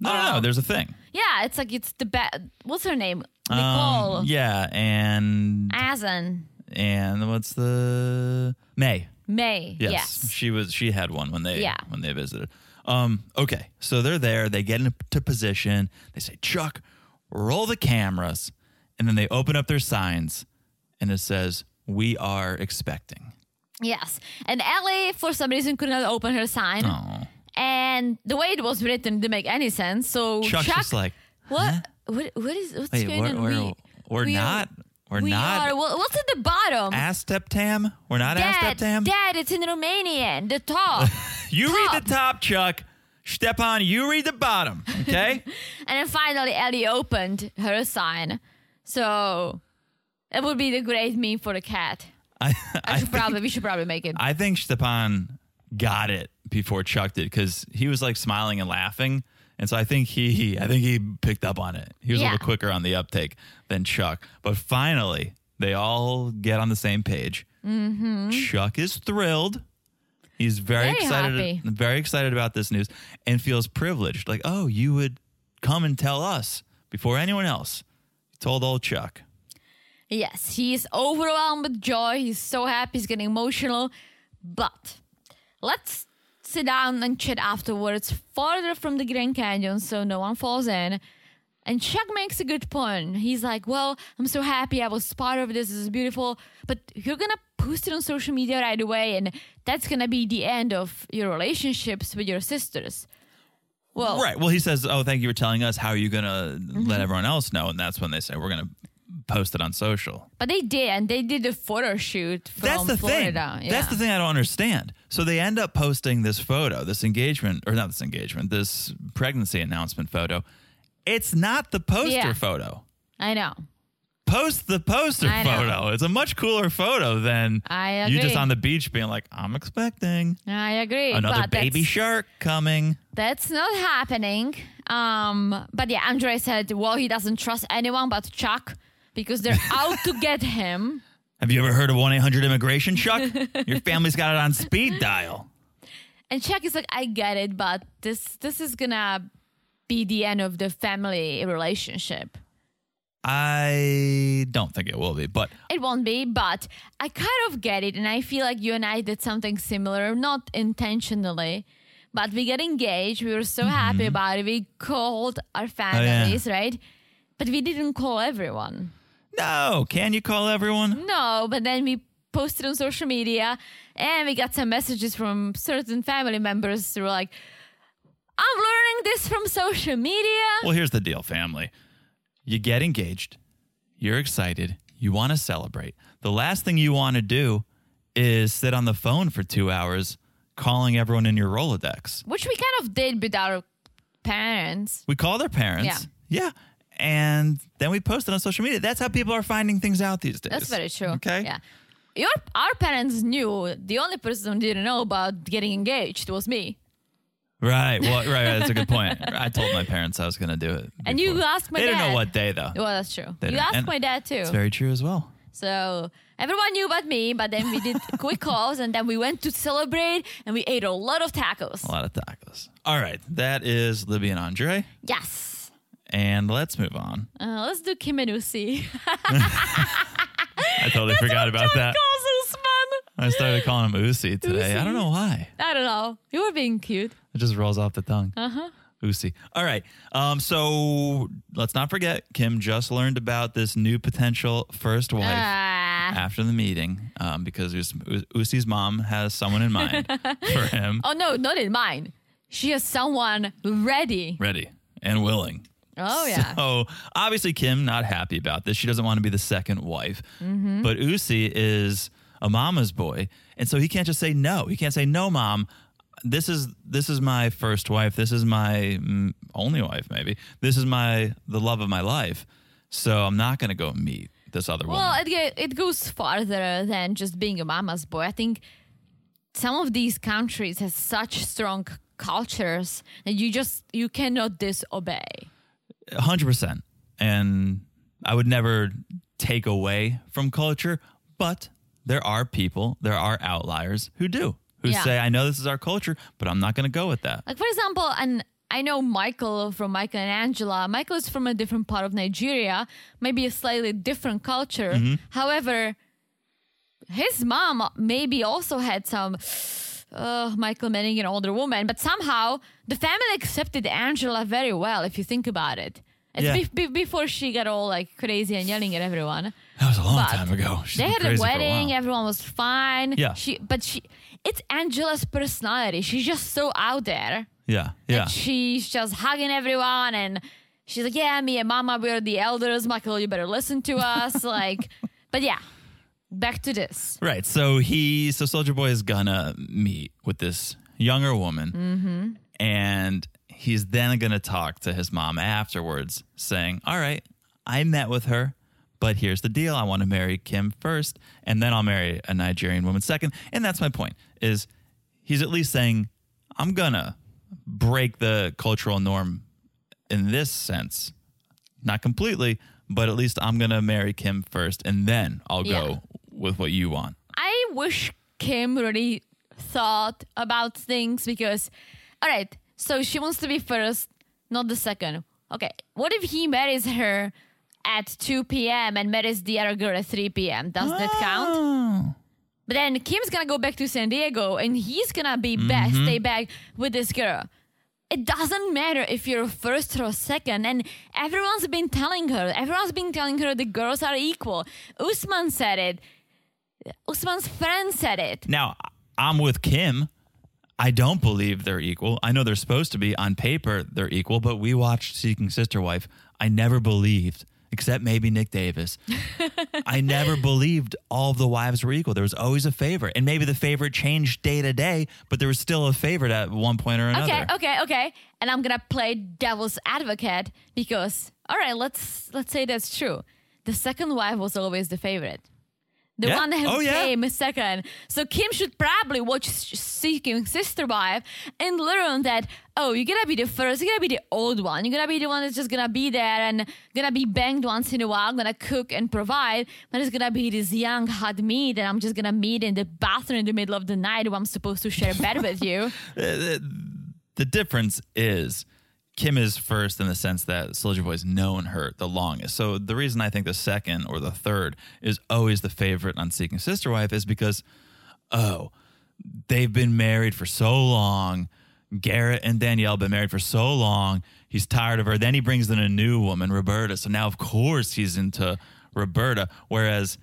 S1: No,
S2: Oh.
S1: no, no, there's a thing.
S2: Yeah, it's like it's the ba- What's her name? Nicole.
S1: Um, yeah, and
S2: Asen
S1: and what's the May?
S2: May.
S1: Yes,
S2: yes.
S1: she was. She had one when they
S2: Yeah.
S1: when they visited. Um, okay, so they're there. They get into position. They say, "Chuck, roll the cameras," and then they open up their signs, and it says, "We are expecting."
S2: Yes. And Ellie, for some reason, could not open her sign.
S1: Oh,
S2: and the way it was written didn't make any sense. So
S1: Chuck's
S2: Chuck,
S1: just like,
S2: what, what, what is what's
S1: "Wait,
S2: going
S1: we're
S2: on?
S1: we're,
S2: We-
S1: we're
S2: we
S1: not
S2: Are,
S1: we're
S2: we
S1: not
S2: are. Well, what's at the bottom?
S1: Asteptam. We're not
S2: Dad,
S1: Asteptam.
S2: Dad, it's in Romanian. The top.
S1: You read
S2: top.
S1: the top, Chuck. Stepan, you read the bottom. Okay.
S2: and then finally, Ellie opened her sign. So it would be the great meme for the cat.
S1: I,
S2: I
S1: I
S2: should probably we should probably make it.
S1: I think Stepan got it before Chuck did because he was like smiling and laughing, and so I think he I think he picked up on it. He was a
S2: Yeah.
S1: little quicker on the uptake than Chuck, but finally They all get on the same page. Chuck is thrilled. He's very,
S2: Mm-hmm. Very
S1: excited,
S2: happy.
S1: very excited about this news, and feels privileged. Like, oh, you would come and tell us before anyone else. He told old Chuck.
S2: Yes, he is overwhelmed with joy. He's so happy. He's getting emotional. But let's sit down and chat afterwards, farther from the Grand Canyon so no one falls in. And Chuck makes a good point. He's like, Well, I'm so happy I was part of this. This is beautiful. But you're going to post it on social media right away. And that's going to be the end of your relationships with your sisters. Well,
S1: Right. Well, he says, "Oh, thank you for telling us. How are you going to
S2: Mm-hmm.
S1: let everyone else know?" And that's when they say, "We're going to post it on social."
S2: but they did. And they did a photo shoot from
S1: that's the
S2: Florida.
S1: thing.
S2: Yeah.
S1: That's the thing I don't understand. So they end up posting this photo, this engagement, or not this engagement, this pregnancy announcement photo. It's not the poster
S2: Yeah.
S1: photo.
S2: I know.
S1: Post the poster
S2: I know.
S1: photo. It's a much cooler photo than
S2: I
S1: you just
S2: agree.
S1: on the beach being like, "I'm expecting
S2: I agree.
S1: another
S2: but
S1: baby
S2: that's-
S1: shark coming."
S2: That's not happening. Um, but yeah, Andre said, well, he doesn't trust anyone but Chuck because they're out to get him.
S1: Have you ever heard of 1 800 immigration, Chuck? Your family's got it on speed dial.
S2: And Chuck is like, I get it, but this this is gonna be the end of the family relationship.
S1: I don't think it will be, but
S2: It won't be, but I kind of get it, and I feel like you and I did something similar, not intentionally. But we got engaged. We were so
S1: Mm-hmm.
S2: happy about it. We called our
S1: Oh,
S2: families, right? But we didn't call everyone.
S1: no. Can you call everyone?
S2: No, but then we posted on social media and we got some messages from certain family members who were like, I'm learning this from social media.
S1: Well, here's the deal, family. You get engaged, you're excited, you want to celebrate. The last thing you want to do is sit on the phone for two hours calling everyone in your Rolodex.
S2: Which we kind of did with our parents.
S1: We call their parents. Yeah. And then we post it on social media. That's how people are finding things out these days.
S2: That's very true.
S1: Okay.
S2: Yeah. Your our parents knew the only person who didn't know about getting engaged was me.
S1: Right. Well, right, right. That's a good point. I told my parents I was going to do it.
S2: And you
S1: before.
S2: asked my
S1: They didn't know
S2: dad.
S1: what day, though.
S2: Well, that's true.
S1: They
S2: you
S1: don't-
S2: asked
S1: and
S2: my dad too.
S1: It's very true as well.
S2: So everyone knew about me, but then we did quick calls and then we went to celebrate and we ate a lot of tacos.
S1: A lot of tacos. All right. That is Libby and Andre.
S2: Yes.
S1: And let's move on.
S2: Uh, let's do Kimenusi.
S1: I totally forgot about that. I started calling him Usi today. I don't know why.
S2: I don't know. You were being cute.
S1: It just rolls off the tongue. Uh huh. Usi. All right. Um, so let's not forget, Kim just learned about this new potential first wife
S2: Ah.
S1: after the meeting um, because Us- Us- Usi's mom has someone in mind for him.
S2: oh no, not in mine. She has someone ready.
S1: Ready and willing.
S2: Oh yeah.
S1: So obviously, Kim not happy about this. She doesn't want to be the second wife.
S2: Mm-hmm.
S1: But Usi is a mama's boy, and so he can't just say no. He can't say no, mom. This is this is my first wife. This is my mm, only wife, maybe. This is my the love of my life. So I'm not going to go meet this other
S2: well,
S1: woman.
S2: it ge- it goes farther than just being a mama's boy. I think some of these countries has such strong cultures that you just you cannot disobey.
S1: hundred percent. And I would never take away from culture, but there are people, there are outliers who do, who
S2: Yeah.
S1: say, "I know this is our culture, but I'm not going to go with that."
S2: Like for example, and I know Michael from Michael and Angela. Michael is from a different part of Nigeria, maybe a slightly different culture.
S1: Mm-hmm.
S2: However, his mom maybe also had some uh, Michael Manning, an older woman, but somehow the family accepted Angela very well. If you think about it, it's
S1: Yeah.
S2: be- be- before she got all like crazy and yelling at everyone.
S1: That was a long
S2: But
S1: time ago. She's
S2: they
S1: been
S2: had
S1: crazy
S2: a
S1: for
S2: wedding.
S1: while.
S2: everyone was fine.
S1: Yeah.
S2: she, but she, it's Angela's personality. She's just so out there.
S1: yeah, yeah.
S2: And she's just hugging everyone and she's like, Yeah, me and mama, we're the elders. Michael, you better listen to us. like, but yeah, back to this.
S1: Right. So he, so Soldier Boy is gonna meet with this younger woman, and he's then gonna talk to his mom afterwards, saying, "All right, I met with her, but here's the deal: I want to marry Kim first, and then I'll marry a Nigerian woman second. And that's my point: is he's at least saying, "I'm gonna break the cultural norm in this sense, not completely, but at least I'm gonna marry Kim first, and then I'll
S2: Yeah.
S1: go with what you want.
S2: I wish Kim really thought about things because, all right, so she wants to be first, not the second. Okay, what if he marries her at 2 p.m. and marries the other girl at 3 p.m.? Does that count?
S1: Oh.
S2: But then Kim's gonna go back to San Diego and he's gonna be back, stay back with this girl. It doesn't matter if you're first or second, and everyone's been telling her, everyone's been telling her the girls are equal. Usman said it. Usman's friend said it.
S1: Now I'm with Kim. I don't believe they're equal. I know they're supposed to be on paper they're equal, but we watched Seeking Sister Wife. I never believed, except maybe Nick Davis. I never believed all of the wives were equal. There was always a favorite, and maybe the favorite changed day to day, but there was still a favorite at one point or another.
S2: Okay, okay, okay. And I'm gonna play devil's advocate because all right, let's let's say that's true. The second wife was always the favorite. The
S1: Yeah.
S2: one that
S1: Oh, yeah.
S2: came second. So Kim should probably watch S- Seeking Sister Wife and learn that, oh, you're gonna be the first, you're gonna be the old one. You're gonna be the one that's just gonna be there and gonna be banged once in a while, gonna cook and provide. But it's gonna be this young hot meat that I'm just gonna meet in the bathroom in the middle of the night when I'm supposed to share bed with you.
S1: the difference is Kim is first in the sense that Soldier Boy's known her the longest. So the reason I think the second or the third is always the favorite on Seeking Sister Wife is because oh, they've been married for so long. Garrett and Danielle have been married for so long. He's tired of her. Then he brings in a new woman, Roberta. So now, of course, he's into Roberta. Whereas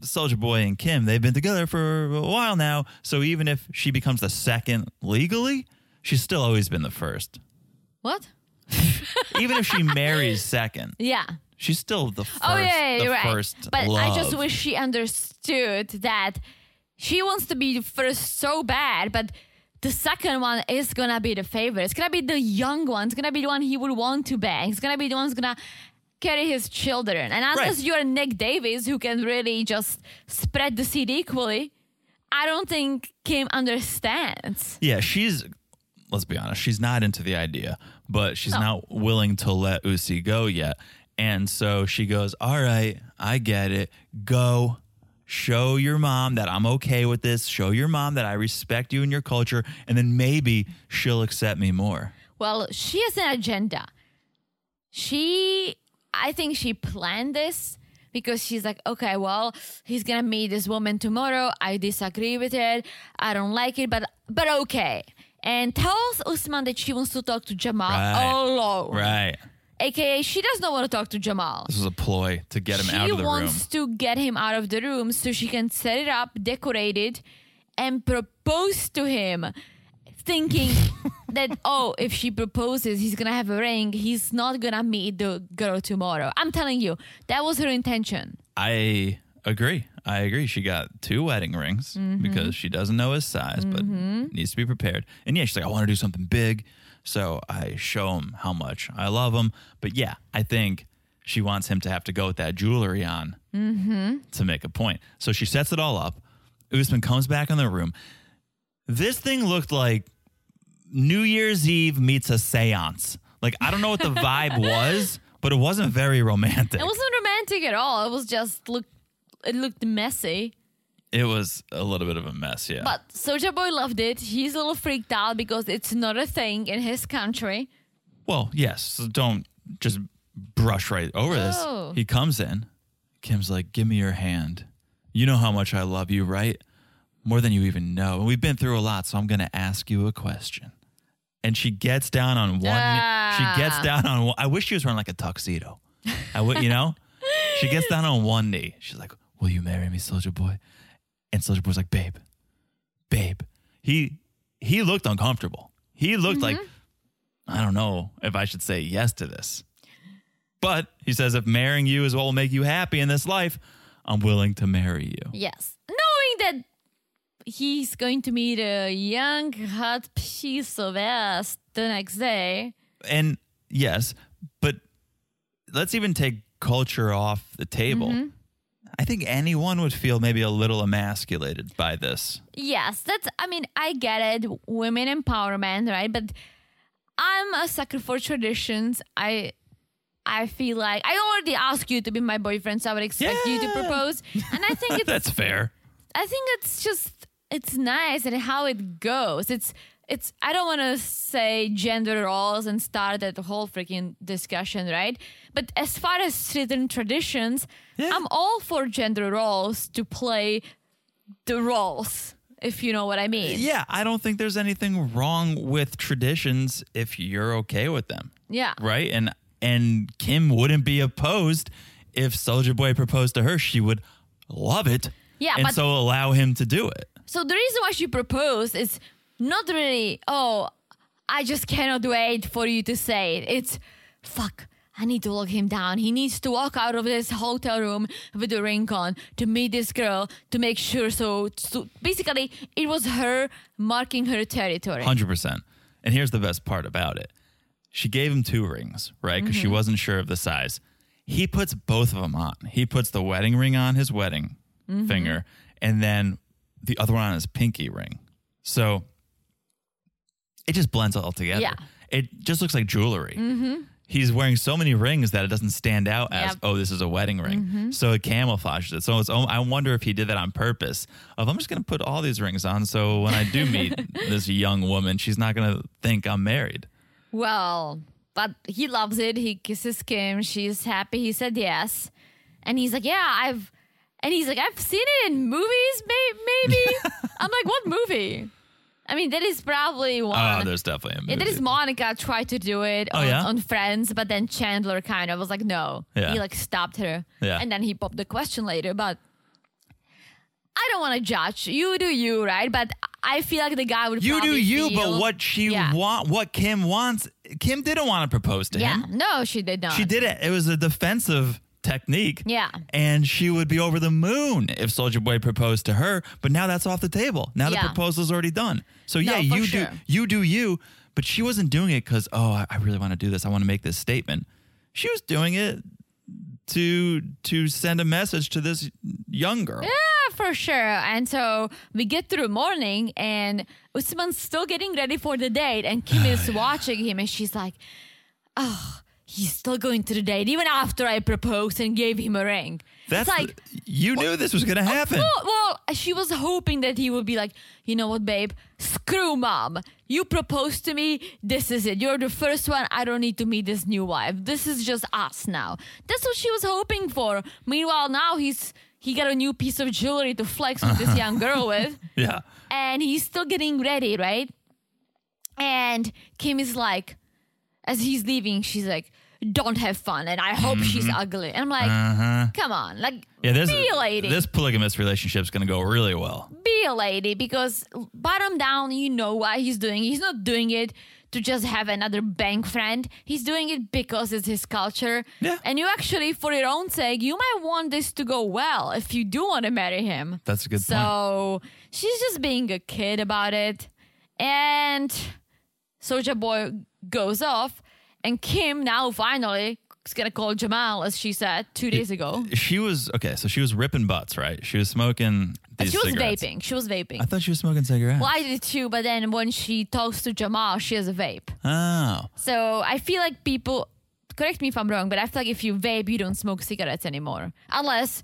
S1: Soldier Boy and Kim, they've been together for a while now. So even if she becomes the second legally, she's still always been the first.
S2: What?
S1: Even if she marries second,
S2: Yeah.
S1: she's still the first.
S2: Oh yeah, yeah,
S1: the
S2: you're right.
S1: first
S2: but I just
S1: love.
S2: wish she understood that she wants to be the first so bad, but the second one is gonna be the favorite. It's gonna be the young one. It's gonna be the one he would want to bang. It's gonna be the one who's gonna carry his children. And unless
S1: Right.
S2: you're Nick Davis, who can really just spread the seed equally, I don't think Kim understands.
S1: Yeah, she's. Let's be honest, she's not into the idea, but she's
S2: No.
S1: not willing to let Usi go yet. And so she goes, "All right, I get it. Go." Show your mom that I'm okay with this. Show your mom that I respect you and your culture, and then maybe she'll accept me more.
S2: Well, she has an agenda. She, I think she planned this because she's like, okay, well, he's gonna meet this woman tomorrow. I disagree with it. I don't like it, but but okay. And tells Usman that she wants to talk to Jamal
S1: Right.
S2: alone,
S1: Right.
S2: aka she does not want to talk to Jamal.
S1: This was a ploy to get him
S2: she
S1: out of the room.
S2: wants to get him out of the room so she can set it up, decorate it, and propose to him, thinking that oh, if she proposes, he's gonna have a ring. He's not gonna meet the girl tomorrow. I'm telling you, that was her intention.
S1: I agree. I agree. She got two wedding rings because she doesn't know his size, but needs to be prepared. And yeah, she's like, I want to do something big. So I show him how much I love him. But yeah, I think she wants him to have to go with that jewelry on to make a point. So she sets it all up. Usman comes back in the room. This thing looked like New Year's Eve meets a seance. Like, I don't know what the vibe was, but it wasn't very romantic.
S2: It wasn't romantic at all. It was just look. It looked messy,
S1: It was a little bit of a mess, yeah.
S2: but Soulja Boy loved it. He's a little freaked out because it's not a thing in his country.
S1: well, yes, so don't just brush right over
S2: Oh.
S1: this. He comes in. Kim's like, "Give me your hand. You know how much I love you, right? More than you even know. And we've been through a lot, so I'm going to ask you a question." And she gets down on one. knee-
S2: Ah.
S1: She gets down on. One, I wish she was wearing like a tuxedo. I would, you know. she gets down on one knee. She's like, "Will you marry me, Soldier Boy?" And Soldier Boy's like, "Babe, babe." He he looked uncomfortable. He looked like I don't know if I should say yes to this. But he says, if marrying you is what will make you happy in this life, I'm willing to marry you.
S2: Yes. Knowing that he's going to meet a young, hot piece of ass the next day.
S1: And yes, but let's even take culture off the table.
S2: Mm-hmm.
S1: I think anyone would feel maybe a little emasculated by this.
S2: Yes, that's, I mean, I get it. Women empowerment, right? But I'm a sucker for traditions. I I feel like I already asked you to be my boyfriend, so I would expect you to
S1: Yeah.
S2: propose. And I think it's
S1: That's fair.
S2: I think it's just it's nice and how it goes. It's it's I don't want to say gender roles and start that whole freaking discussion, right? But as far as certain traditions,
S1: Yeah.
S2: I'm all for gender roles to play the roles, if you know what I mean.
S1: Yeah, I don't think there's anything wrong with traditions if you're okay with them.
S2: Yeah.
S1: Right? And and Kim wouldn't be opposed if Soldier Boy proposed to her. She would love it.
S2: Yeah,
S1: And
S2: but-
S1: so allow him to do it.
S2: So the reason why she proposed is not really, oh, I just cannot wait for you to say it. It's fuck. I need to lock him down. He needs to walk out of this hotel room with a ring on to meet this girl to make sure. So, so basically, it was her marking her territory.
S1: Hundred percent. And here's the best part about it: she gave him two rings, right? Because she wasn't sure of the size. He puts both of them on. He puts the wedding ring on his wedding finger, and then the other one on his pinky ring. So it just blends all together.
S2: Yeah.
S1: It just looks like jewelry. He's wearing so many rings that it doesn't stand out as,
S2: Yep. Mm-hmm.
S1: oh, this is a wedding ring. So it camouflages it. So it's, oh, I wonder if he did that on purpose. Of I'm just going to put all these rings on, so when I do meet this young woman, she's not going to think I'm married.
S2: Well, but he loves it. He kisses Kim. She's happy. He said yes, and he's like, "Yeah, I've," and he's like, "I've seen it in movies, may- maybe." I'm like, "What movie?" I mean, that is probably one.
S1: Oh, there's definitely a movie. Oh,
S2: yeah, that is Monica tried to do it on,
S1: yeah?
S2: on Friends, but then Chandler kind of was like, "No,"
S1: Yeah.
S2: he like stopped her,
S1: Yeah.
S2: and then he popped the question later, but. I don't want to judge. You do you, right? But I feel like the guy would.
S1: you do
S2: probably
S1: you, but
S2: feel-
S1: what she
S2: Yeah.
S1: want, what Kim wants, Kim didn't want to propose to
S2: Yeah,
S1: him.
S2: no, she did not.
S1: She did it. It was a defensive technique.
S2: Yeah.
S1: And she would be over the moon if Soldier Boy proposed to her, but now that's off the table. Now
S2: Yeah.
S1: the proposal's already done. So
S2: No,
S1: yeah,
S2: for
S1: you
S2: sure.
S1: do you do you, but she wasn't doing it cuz oh, I, I really want to do this. I want to make this statement. She was doing it to to send a message to this young girl.
S2: Yeah, for sure. And so we get through morning, and Usman's still getting ready for the date, and Kim is watching him, and she's like, "Oh, he's still going to the date even after I proposed and gave him a ring."
S1: That's
S2: it's like,
S1: the- you knew this was going to happen.
S2: well, well, she was hoping that he would be like, "You know what, babe? Screw mom. You proposed to me. This is it. You're the first one. I don't need to meet this new wife. This is just us now." That's what she was hoping for. Meanwhile, now he's he got a new piece of jewelry to flex with this young girl with
S1: Yeah.
S2: and he's still getting ready, right? And Kim is like, as he's leaving, she's like, "Don't have fun," and I hope she's ugly. And I'm like, "Come on, like,
S1: Yeah, this
S2: be a lady,
S1: this polygamous relationship's going to go really well.
S2: be a lady," because bottom down, you know why he's doing. it. He's not doing it to just have another bank friend. He's doing it because it's his culture.
S1: Yeah.
S2: And you actually, for your own sake, you might want this to go well if you do want to marry him.
S1: That's a good point.
S2: So she's just being a kid about it. And Soja Boy goes off, and Kim now finally is gonna call Jamal, as she said two days ago.
S1: She was okay, so she was ripping butts, right? She was smoking these
S2: Uh, She was
S1: cigarettes.
S2: vaping. She was
S1: I
S2: vaping.
S1: thought she was smoking cigarettes.
S2: Well, I did too, but then when she talks to Jamal, she has a vape.
S1: Oh,
S2: So I feel like people, correct me if I'm wrong, but I feel like if you vape, you don't smoke cigarettes anymore. Unless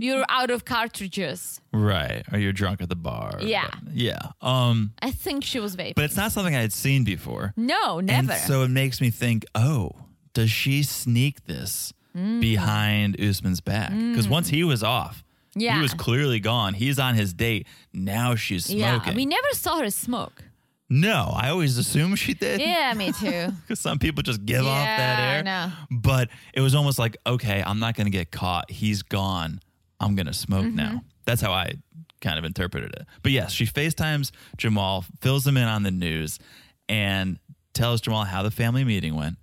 S2: you're out of cartridges.
S1: right. Or you're drunk at the bar.
S2: Yeah.
S1: But- yeah. Um,
S2: I think she was vaping.
S1: but it's not something I had seen before.
S2: no, never.
S1: And so it makes me think, oh, does she sneak this
S2: Mm.
S1: behind Usman's back? Because once he was off,
S2: Yeah.
S1: he was clearly gone. He's on his date. Now she's smoking.
S2: Yeah, we never saw her smoke.
S1: no, I always assume she did.
S2: Yeah, me too.
S1: because some people just give off that
S2: Yeah, I
S1: air.
S2: know.
S1: But it was almost like, okay, I'm not going to get caught. He's gone. I'm going to smoke now. That's how I kind of interpreted it. But yes, she FaceTimes Jamal, fills him in on the news, and tells Jamal how the family meeting went.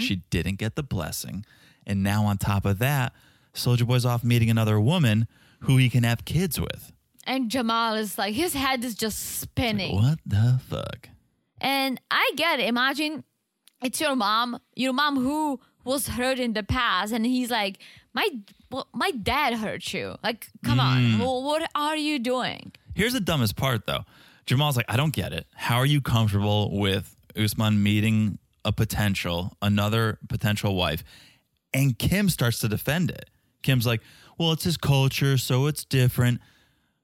S1: She didn't get the blessing. And now, on top of that, Soldier Boy's off meeting another woman who he can have kids with.
S2: And Jamal is like, his head is just spinning.
S1: What the fuck?
S2: and I get it. Imagine it's your mom, your mom who was hurt in the past, and he's like, my well, my dad hurt you. Like, come on, well, what are you doing?
S1: Here's the dumbest part, though. Jamal's like, I don't get it. How are you comfortable with Usman meeting a potential, another potential wife. And Kim starts to defend it. Kim's like, well, it's his culture, so it's different.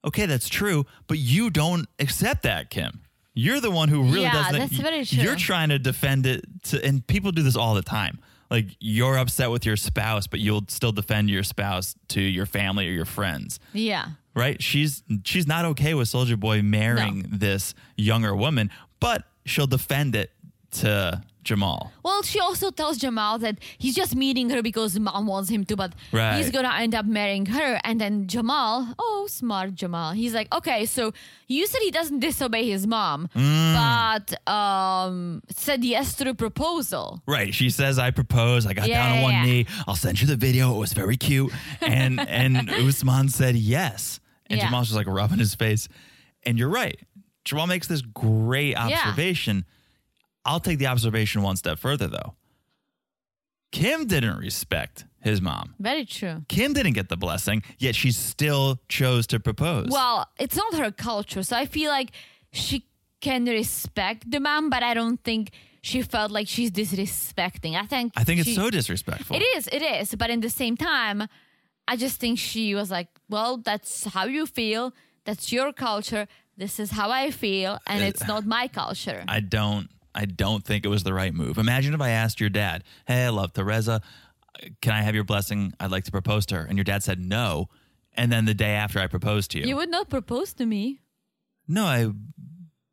S1: Okay, that's true, but you don't accept that, Kim. You're the one who really
S2: Yeah,
S1: doesn't.
S2: that's very
S1: You're
S2: true.
S1: trying to defend it, to, and people do this all the time. Like you're upset with your spouse, but you'll still defend your spouse to your family or your friends
S2: Yeah.
S1: right? She's she's not okay with Soldier Boy marrying this younger woman, but she'll defend it to Jamal.
S2: Well, she also tells Jamal that he's just meeting her because mom wants him to, but
S1: Right.
S2: he's gonna end up marrying her. And then Jamal, oh, smart Jamal, he's like, okay, so you said he doesn't disobey his mom, but um, said yes to the proposal.
S1: Right. She says, I propose. I got
S2: Yeah,
S1: down on
S2: yeah,
S1: one
S2: yeah.
S1: knee. I'll send you the video. It was very cute. And and Usman said yes. And
S2: Yeah.
S1: Jamal's just like rubbing his face. And you're right. Jamal makes this great observation. I'll take the observation one step further though. Kim didn't respect his mom.
S2: Very true.
S1: Kim didn't get the blessing, yet she still chose to propose.
S2: Well, it's not her culture, so I feel like she can respect the mom, but I don't think she felt like she's disrespecting. I think
S1: I think it's
S2: she-
S1: so disrespectful.
S2: It is, it is. But in the same time, I just think she was like, well, that's how you feel. That's your culture. This is how I feel. And it's not my culture.
S1: Uh, I don't I don't think it was the right move. Imagine if I asked your dad, "Hey, I love Teresa. Can I have your blessing? I'd like to propose to her." And your dad said no. And then the day after I proposed to you,
S2: you would not propose to me.
S1: no, I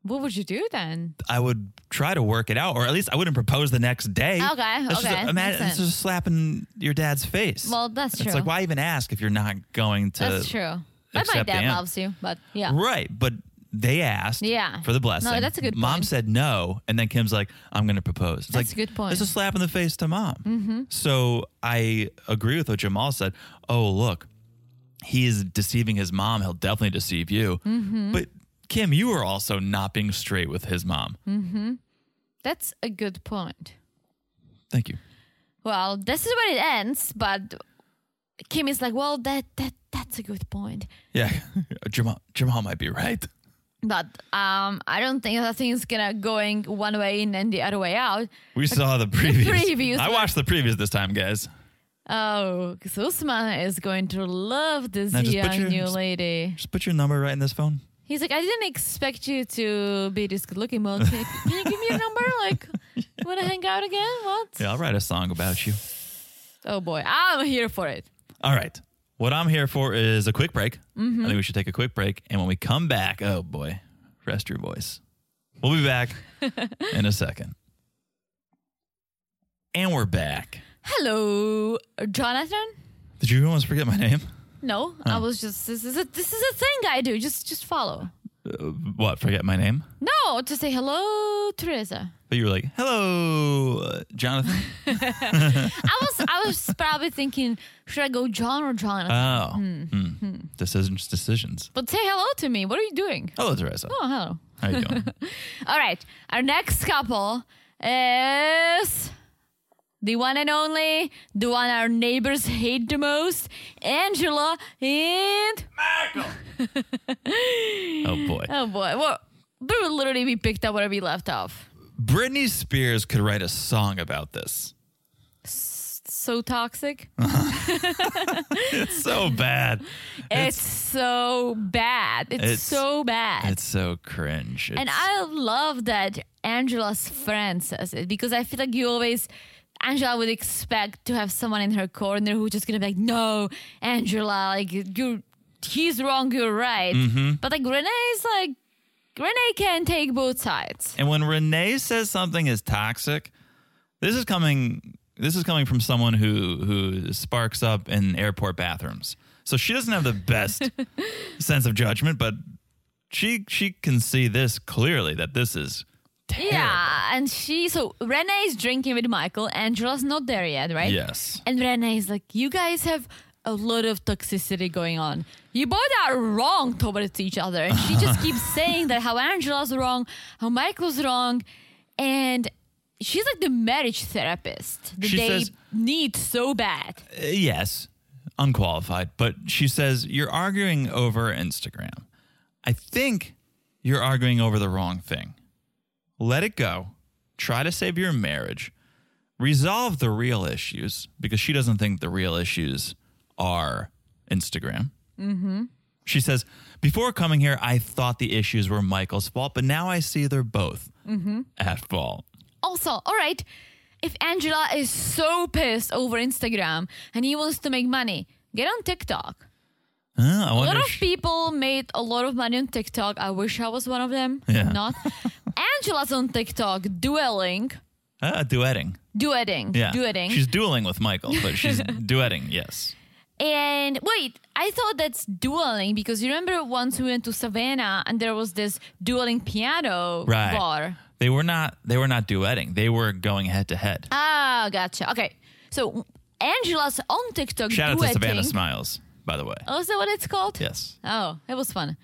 S2: What would you do then?
S1: I would try to work it out, or at least I wouldn't propose the next day.
S2: Okay,
S1: That's just-
S2: okay, makes
S1: imagine it's
S2: sense.
S1: just slapping your dad's face.
S2: Well, that's
S1: It's
S2: true.
S1: like why even ask if you're not going to?
S2: That's true. But my
S1: Uh, accept
S2: dad
S1: him.
S2: loves you. But yeah.
S1: Right, but they asked
S2: Yeah.
S1: for the blessing.
S2: No, that's a good
S1: Mom
S2: point.
S1: said no, and then Kim's like, I'm going to propose. It's
S2: That's
S1: like,
S2: a good point. Mm-hmm.
S1: It's a slap in the face to mom. So I agree with what Jamal said. Oh, look, he is deceiving his mom. He'll definitely deceive you.
S2: Mm-hmm.
S1: But Kim, you were also not being straight with his mom.
S2: Mm. That's a good point.
S1: Thank you.
S2: Well, this is where it ends. But Kim is like, well, that, that that's a good point.
S1: Yeah, Jamal, Jamal might be right.
S2: But um, I don't think that thing's gonna going one way in and the other way out.
S1: We saw the previous.
S2: previews
S1: I
S2: were-
S1: watched the previous this time, guys.
S2: Oh, because Usman is going to love this
S1: Now just put
S2: young
S1: your-
S2: new lady.
S1: Just put your number right in this phone.
S2: He's like, I didn't expect you to be this good looking. Well, can, can you give me your number? Like, want to hang out again? What?
S1: Yeah, I'll write a song about you.
S2: Oh boy, I'm here for it.
S1: All right. What I'm here for is a quick break.
S2: Mm-hmm.
S1: I think we should take a quick break. And when we come back, oh boy, rest your voice. We'll be back in a second. And we're back.
S2: Hello, Jonathan.
S1: Did you almost forget my name?
S2: No, I was just this is a this is a thing I do. Just just follow.
S1: Uh, what, forget my name?
S2: No, to say hello, Teresa.
S1: But you were like, hello, uh, Jonathan.
S2: I was I was probably thinking, should I go John or Jonathan?
S1: Oh,
S2: Hmm.
S1: Mm. decisions, decisions.
S2: but say hello to me. What are you doing?
S1: Hello, Teresa.
S2: Oh, hello.
S1: How you doing?
S2: All right. Our next couple is the one and only, the one our neighbors hate the most, Angela and
S1: oh boy.
S2: oh boy, well, we would literally be picked up where we left off.
S1: Britney Spears could write a song about this.
S2: So toxic.
S1: It's so bad.
S2: It's, so bad. It's,
S1: It's-
S2: so bad.
S1: It's so cringe.
S2: And
S1: It's-
S2: I love that Angela's friend says it because I feel like you always, Angela would expect to have someone in her corner who's just gonna be like, no, Angela, like you're, he's wrong, you're right. But like Renee's like, Renee can take both sides.
S1: And when Renee says something is toxic, this is coming this is coming from someone who who sparks up in airport bathrooms. So she doesn't have the best sense of judgment, but she she can see this clearly that this is terrible.
S2: Yeah, and she, so Renee's drinking with Michael. Angela's not there yet, right?
S1: Yes.
S2: And Renee's like, you guys have a lot of toxicity going on. You both are wrong towards each other. And she just keeps saying that how Angela's wrong, how Michael's wrong. And she's like the marriage therapist that
S1: She
S2: they
S1: says-
S2: need so bad.
S1: Uh, yes, unqualified, but she says you're arguing over Instagram. I think you're arguing over the wrong thing. Let it go. Try to save your marriage. Resolve the real issues because she doesn't think the real issues are Instagram. She says, Before coming here, I thought the issues were Michael's fault, but now I see they're both at fault.
S2: Also, all right, if Angela is so pissed over Instagram and he wants to make money, get on TikTok.
S1: Huh, I
S2: A lot
S1: wonder.
S2: of
S1: if she-
S2: people made a lot of money on TikTok. I wish I was one of them.
S1: Yeah.
S2: I'm Not. Angela's on TikTok dueling,
S1: Ah, duetting.
S2: duetting,
S1: Yeah.
S2: duetting.
S1: She's dueling with Michael, but she's duetting, yes.
S2: And wait, I thought that's dueling because you remember once we went to Savannah and there was this dueling piano
S1: Right.
S2: bar.
S1: They were not they were not duetting. They were going head to head.
S2: Ah, gotcha. Okay. So Angela's on TikTok
S1: Shout out
S2: duetting.
S1: to Savannah Smiles, by the way.
S2: Oh, is that what it's called?
S1: Yes.
S2: Oh, it was fun.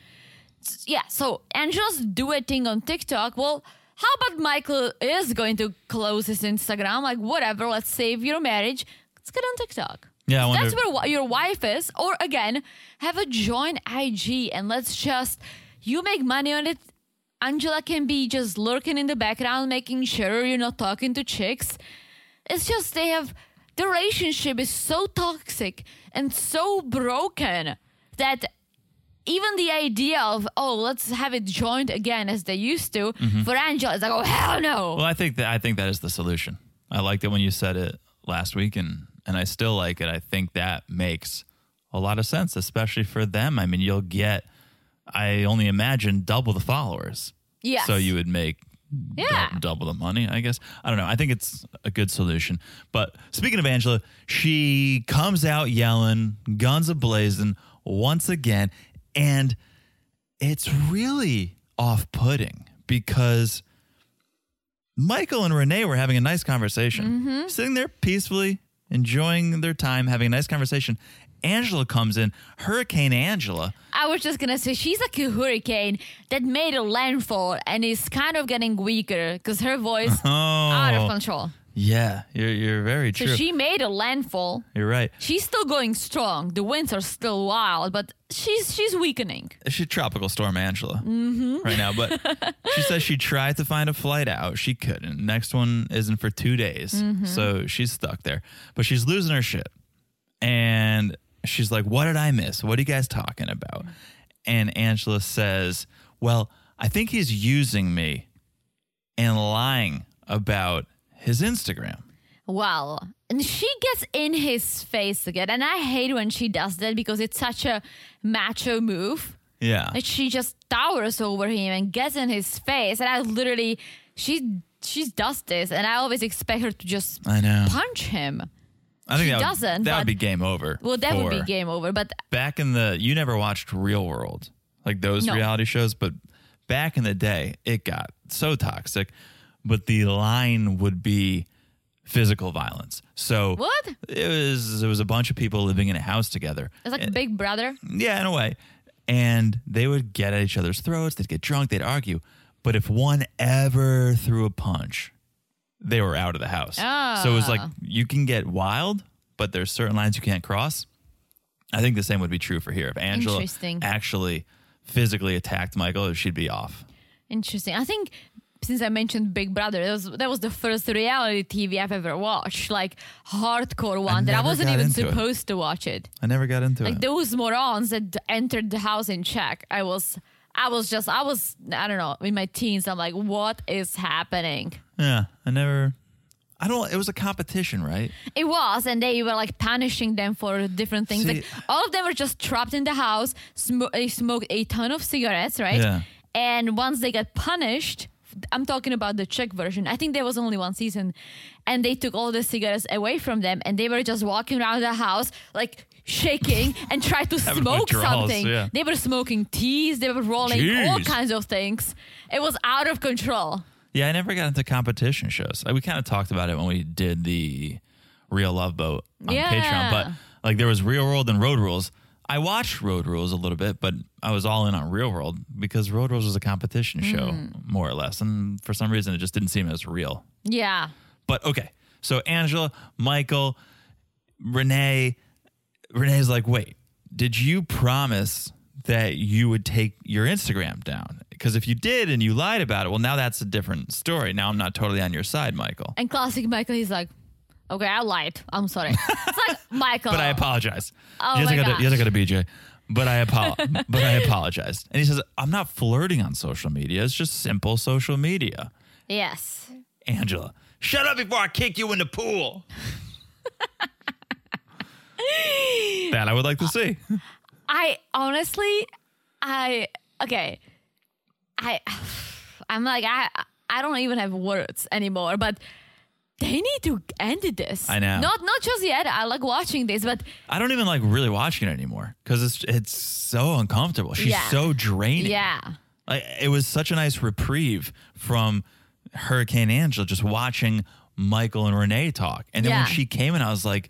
S2: S- Yeah, so Angela's duetting on TikTok. Well, how about Michael is going to close his Instagram? Like, whatever, let's save your marriage. Let's get on TikTok.
S1: Yeah, I wonder-
S2: That's where wi- your wife is. Or again, have a joint IG and let's just, you make money on it. Angela can be just lurking in the background, making sure you're not talking to chicks. It's just they have, the relationship is so toxic and so broken that even the idea of oh let's have it joined again as they used to for Angela is like oh hell no
S1: Mm-hmm. Well, I think that I think that is the solution. I liked it when you said it last week, and and I still like it. I think that makes a lot of sense, especially for them. I mean, you'll get, I only imagine, double the followers.
S2: yes
S1: So you would make dou-
S2: Yeah.
S1: double the money, I guess. I don't know. I think it's a good solution. But speaking of Angela, she comes out yelling, guns ablazing once again, and it's really off-putting because Michael and Renee were having a nice conversation,
S2: Mm-hmm.
S1: sitting there peacefully enjoying their time, having a nice conversation. Angela comes in, Hurricane Angela.
S2: I was just gonna say she's like a hurricane that made a landfall and is kind of getting weaker because her voice out of control
S1: Yeah, you're you're very
S2: so
S1: Oh, true.
S2: she made a landfall
S1: you're right.
S2: she's still going strong the winds are still wild but she's she's weakening
S1: she's tropical storm Angela
S2: Mm-hmm.
S1: right now, but she says she tried to find a flight out. She couldn't. Next one isn't for two days.
S2: Mm-hmm.
S1: So she's stuck there, but she's losing her shit. And she's like, What did I miss? What are you guys talking about? And Angela says, Well, I think he's using me and lying about his Instagram.
S2: Well, and she gets in his face again, and I hate when she does that because it's such a macho move.
S1: Yeah.
S2: And she just towers over him and gets in his face. And I literally, she she does this, and I always expect her to just
S1: I know.
S2: punch him.
S1: I think
S2: she
S1: that would,
S2: doesn't,
S1: That would
S2: but-
S1: be game over.
S2: Well, that would be
S1: for-
S2: game over. But
S1: back in the you never watched Real World, like those
S2: No.
S1: reality shows, but back in the day, it got so toxic. But the line would be physical violence. So
S2: What?
S1: It was it was a bunch of people living in a house together.
S2: it's like
S1: And-
S2: Big Brother.
S1: yeah, in a way. And they would get at each other's throats, they'd get drunk, they'd argue. But if one ever threw a punch, they were out of the house. So it was
S2: Ah.
S1: like you can get wild, but there's certain lines you can't cross. I think the same would be true for here. If Angela
S2: Interesting.
S1: actually physically attacked Michael, she'd be off.
S2: Interesting. I think since I mentioned Big Brother, that was that was the first reality TV I've ever watched, like hardcore one that I
S1: never
S2: wasn't
S1: got
S2: even
S1: into it.
S2: supposed to watch it.
S1: I never got into
S2: like
S1: it.
S2: those morons that d- entered the house in check i was i was just i was i don't know in my teens i'm like what is happening
S1: yeah, I never. I don't. It was a competition, right?
S2: it was and they were like punishing them for different things like
S1: See-
S2: all of them were just trapped in the house sm- they smoked a ton of cigarettes right
S1: Yeah.
S2: and once they got punished i'm talking about the czech version i think there was only one season and they took all the cigarettes away from them and they were just walking around the house like shaking and tried to
S1: Having
S2: smoke
S1: withdrawals,
S2: something
S1: yeah.
S2: they were smoking teas they were rolling all
S1: Jeez.
S2: kinds of things it was out of control
S1: Yeah, I never got into competition shows. Like, We kind of talked about it when we did the Real Love Boat on
S2: Yeah.
S1: Patreon, but like there was Real World and Road Rules. I watched Road Rules a little bit, but I was all in on Real World because Road Rules was a competition show, more or less. And for some reason, it just didn't seem as real.
S2: yeah
S1: But okay. So Angela, Michael, Renee, Renee's like, wait, did you promise that you would take your Instagram down. Because if you did and you lied about it, well, now that's a different story. Now I'm not totally on your side, Michael.
S2: And classic Michael, he's like, okay, I lied. I'm sorry. It's like, Michael.
S1: But I apologize.
S2: Oh
S1: yes,
S2: my
S1: I got
S2: gosh.
S1: to, yes, I got to BJ. But I apo- but I apologized. And he says, I'm not flirting on social media. It's just simple social media.
S2: Yes.
S1: Angela, shut up before I kick you in the pool. that I would like to see.
S2: I honestly, I, okay. I, I'm like, I, I don't even have words anymore, but they need to end this.
S1: I know.
S2: Not, not just yet. I like watching this, but
S1: I don't even like really watching it anymore because it's it's so uncomfortable. She's
S2: Yeah.
S1: so draining.
S2: yeah.
S1: Like it was such a nice reprieve from Hurricane Angela just watching Michael and Renee talk. And then
S2: Yeah.
S1: when she came in, I was like,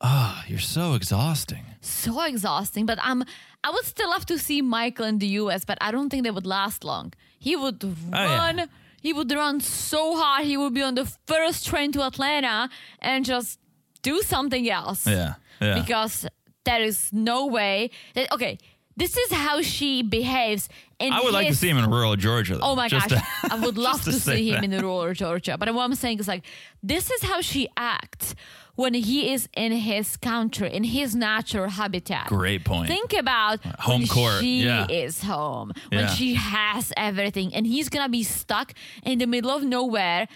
S1: Oh, you're so exhausting.
S2: so exhausting. But um, I would still love to see Michael in the U.S., but I don't think they would last long. He would
S1: Oh, yeah.
S2: run. He would run so hard. He would be on the first train to Atlanta and just do something else.
S1: Yeah. Yeah.
S2: Because there is no way that okay. This is how she behaves. In
S1: I would like to
S2: his-
S1: see him in rural Georgia. Though,
S2: Oh my
S1: just
S2: gosh, I would love
S1: just
S2: to,
S1: to say
S2: see him
S1: that.
S2: in rural Georgia. But what I'm saying is like, this is how she acts when he is in his country, in his natural habitat.
S1: Great point.
S2: Think about
S1: uh, Home
S2: when
S1: court,
S2: She
S1: yeah.
S2: is home when
S1: Yeah.
S2: she has everything, and he's gonna be stuck in the middle of nowhere.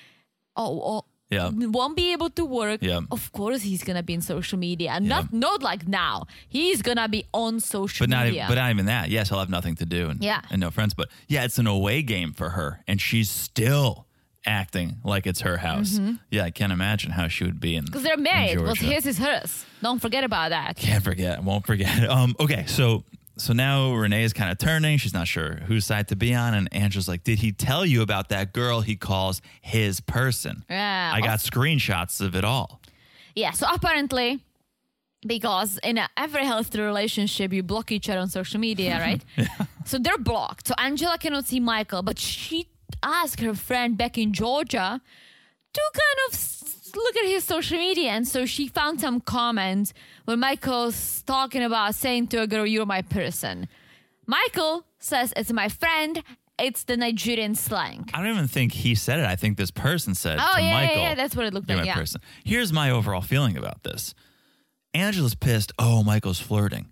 S2: Oh. oh
S1: Yeah.
S2: Won't be able to work.
S1: Yeah.
S2: Of course, he's gonna be in social media. Not not like now. He's gonna be on social
S1: But not, e-,
S2: media.
S1: but not even that. Yes, I'll have nothing to do and,
S2: Yeah.
S1: and no friends. But yeah, it's an away game for her, and she's still acting like it's her house. Yeah, I can't imagine how she would be in
S2: because Mm-hmm. they're married.
S1: in
S2: What's
S1: Georgia.
S2: his is hers. Don't forget about that.
S1: Can't forget. Won't forget. Um. Okay. So so now Renee is kind of turning. She's not sure whose side to be on, and Angela's like, "Did he tell you about that girl he calls his person?"
S2: Yeah.
S1: I got screenshots of it all.
S2: Yeah, so apparently, because in a, every healthy relationship, you block each other on social media, right? So they're blocked. So Angela cannot see Michael, but she asked her friend back in Georgia to kind of s- look at his social media. And so she found some comments where Michael's talking about saying to a girl, You're my person. Michael says, It's my friend. It's the Nigerian slang.
S1: I don't even think he said it. I think this person said
S2: Oh,
S1: to
S2: yeah, yeah,
S1: Michael.
S2: yeah, that's what it looked
S1: you're
S2: like,
S1: my
S2: yeah.
S1: person. Here's my overall feeling about this. Angela's pissed. Oh, Michael's flirting.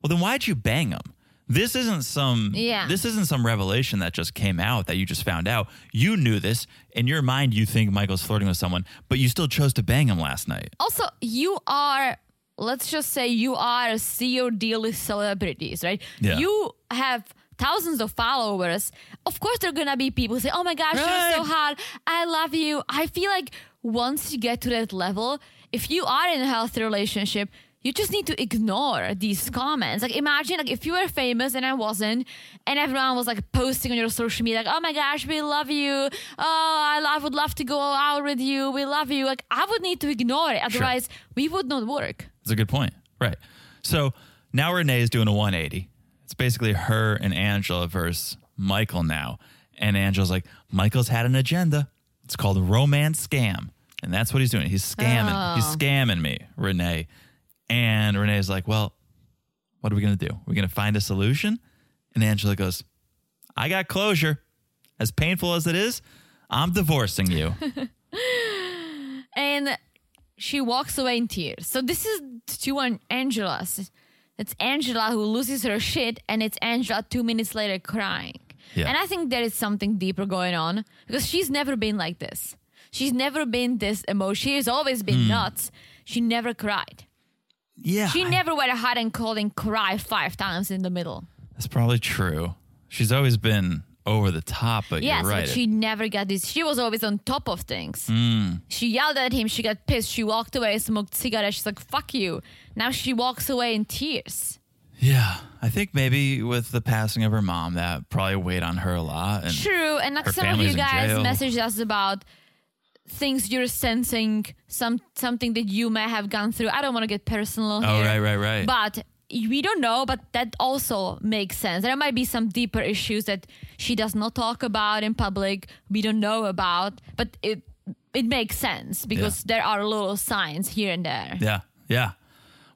S1: Well, then why'd you bang him? This isn't some
S2: Yeah.
S1: this isn't some revelation that just came out that you just found out. You knew this. In your mind you think Michael's flirting with someone, but you still chose to bang him last night.
S2: also you are let's just say you are a CEO deal with celebrities, right?
S1: Yeah.
S2: You have thousands of followers. Of course there are gonna be people who say, Oh my gosh,
S1: Right.
S2: you're so hot. I love you. I feel like once you get to that level, if you are in a healthy relationship, you just need to ignore these comments. Like imagine like if you were famous and I wasn't and everyone was like posting on your social media like, oh my gosh, we love you. Oh, I love would love to go out with you. We love you. Like I would need to ignore it. Otherwise we would not work.
S1: That's a good point. Right. So now Renee is doing a 180. It's basically her and Angela versus Michael now. And Angela's like, Michael's had an agenda. It's called a romance scam. And that's what he's doing. He's scamming. He's scamming me, Renee. And Renee's like, Well, what are we going to do? We're going to find a solution. And Angela goes, I got closure. As painful as it is, I'm divorcing you.
S2: and she walks away in tears. So this is two on Angela's. It's Angela who loses her shit, and it's Angela two minutes later crying.
S1: Yeah.
S2: And I think there is something deeper going on because she's never been like this. She's never been this emotional. She's always
S1: Hmm.
S2: been nuts. She never cried.
S1: yeah.
S2: She
S1: I-
S2: never went hot and cold and cried five times in the middle.
S1: That's probably true. She's always been over the top, but
S2: Yes,
S1: you're right.
S2: but she never got this. She was always on top of things.
S1: Hmm.
S2: She yelled at him. She got pissed. She walked away, smoked cigarettes. She's like, "Fuck you!" Now she walks away in tears.
S1: yeah, I think maybe with the passing of her mom, that probably weighed on her a lot. And
S2: True, and like
S1: Her
S2: some of
S1: family's
S2: you
S1: in
S2: guys
S1: jail.
S2: messaged us about things you're sensing, some something that you may have gone through. I don't want to get personal.
S1: oh,
S2: here,
S1: right, right, right.
S2: But we don't know. But that also makes sense. There might be some deeper issues that she does not talk about in public. We don't know about, but it it makes sense because there are little signs here and there.
S1: yeah, yeah.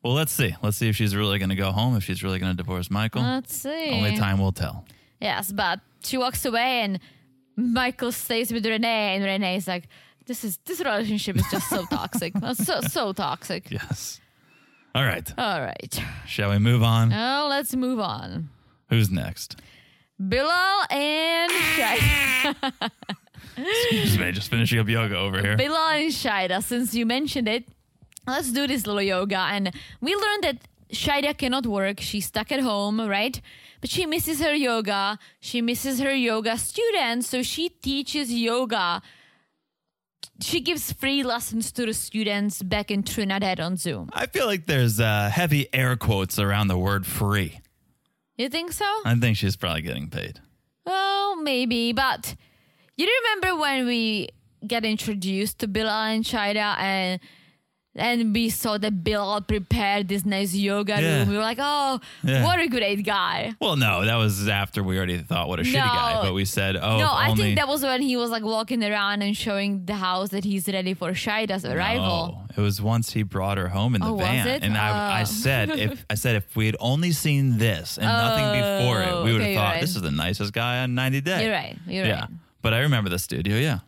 S1: Well, let's see. Let's see if she's really going to go home, if she's really going to divorce Michael.
S2: Let's see.
S1: Only time will tell.
S2: Yes, but she walks away and Michael stays with Renee, and Renee's like, "This is this relationship is just so toxic, so so toxic."
S1: Yes. All right.
S2: All right,
S1: Shall we move on?
S2: now let's move on.
S1: Who's next?
S2: Bilal and Shida.
S1: Excuse me, just finishing up yoga over here.
S2: Bilal and Shida. Since you mentioned it, let's do this little yoga. And we learned that Shida cannot work; she's stuck at home, right? But she misses her yoga. She misses her yoga students, so she teaches yoga. She gives free lessons to the students back in Trinidad on Zoom.
S1: I feel like there's uh, heavy air quotes around the word free.
S2: You think so?
S1: I think she's probably getting paid.
S2: Well, maybe, but you remember when we get introduced to Bilal and Shida and and we saw that Bilal prepared this nice yoga
S1: Yeah.
S2: room. We were like, oh,
S1: Yeah.
S2: what a great guy.
S1: Well, no, that was after we already thought what a shitty
S2: No.
S1: guy, but we said, oh,
S2: no,
S1: if
S2: I
S1: only-
S2: think that was when he was like walking around and showing the house that he's ready for Shida's arrival.
S1: No, it was once he brought her home in the
S2: Oh, was
S1: van,
S2: it?
S1: and I, I
S2: Oh.
S1: said if I said if we had only seen this and nothing before
S2: Oh,
S1: it, we would have
S2: okay, you're
S1: thought
S2: right.
S1: this is the nicest guy on 90 Day.
S2: You're right. You're
S1: yeah,
S2: right.
S1: but I remember the studio. Yeah,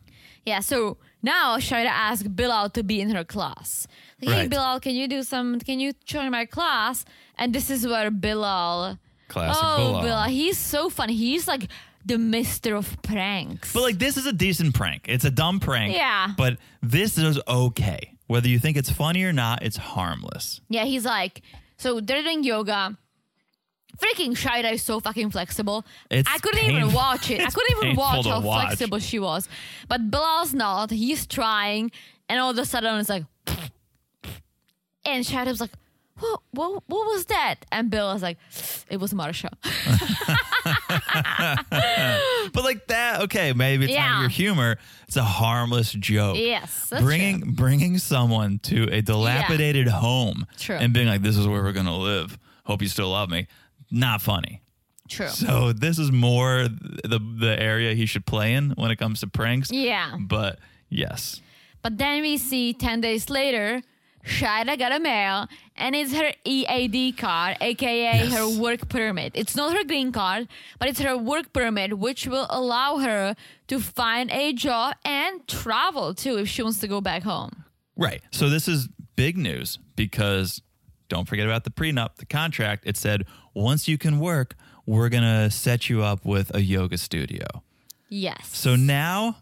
S2: Yeah, so now Shida asked Bilal to be in her class. Like, hey,
S1: Right.
S2: Bilal, can you do some, can you join my class? And this is where Bilal
S1: classic.
S2: oh,
S1: Bilal.
S2: Bilal, he's so funny. He's like the mister of pranks.
S1: But like this is a decent prank. It's a dumb prank.
S2: Yeah.
S1: But this is okay. Whether you think it's funny or not, it's harmless.
S2: yeah, he's like, so they're doing yoga. Freaking Shida is so fucking flexible.
S1: It's
S2: I couldn't even
S1: painful.
S2: watch it. I
S1: It's
S2: couldn't even
S1: painful
S2: watch
S1: to
S2: how
S1: watch.
S2: flexible she was. But Bilal's not. He's trying, and all of a sudden it's like, and Shida's like, what, what, what was that? And Bilal's like, it was Marsha.
S1: But like that, okay, maybe it's not
S2: Yeah.
S1: your humor. It's a harmless joke.
S2: yes, that's
S1: bringing
S2: true.
S1: bringing someone to a dilapidated home
S2: True.
S1: and being like, "This is where we're gonna live. Hope you still love me." Not funny.
S2: true.
S1: So this is more the the area he should play in when it comes to pranks.
S2: yeah.
S1: But yes,
S2: But then we see 10 days later, Shida got a mail and it's her EAD card, aka
S1: Yes.
S2: her work permit. It's not her green card, but it's her work permit, which will allow her to find a job and travel too if she wants to go back home.
S1: right. So this is big news because don't forget about the prenup, the contract. It said once you can work, we're gonna set you up with a yoga studio.
S2: Yes.
S1: So now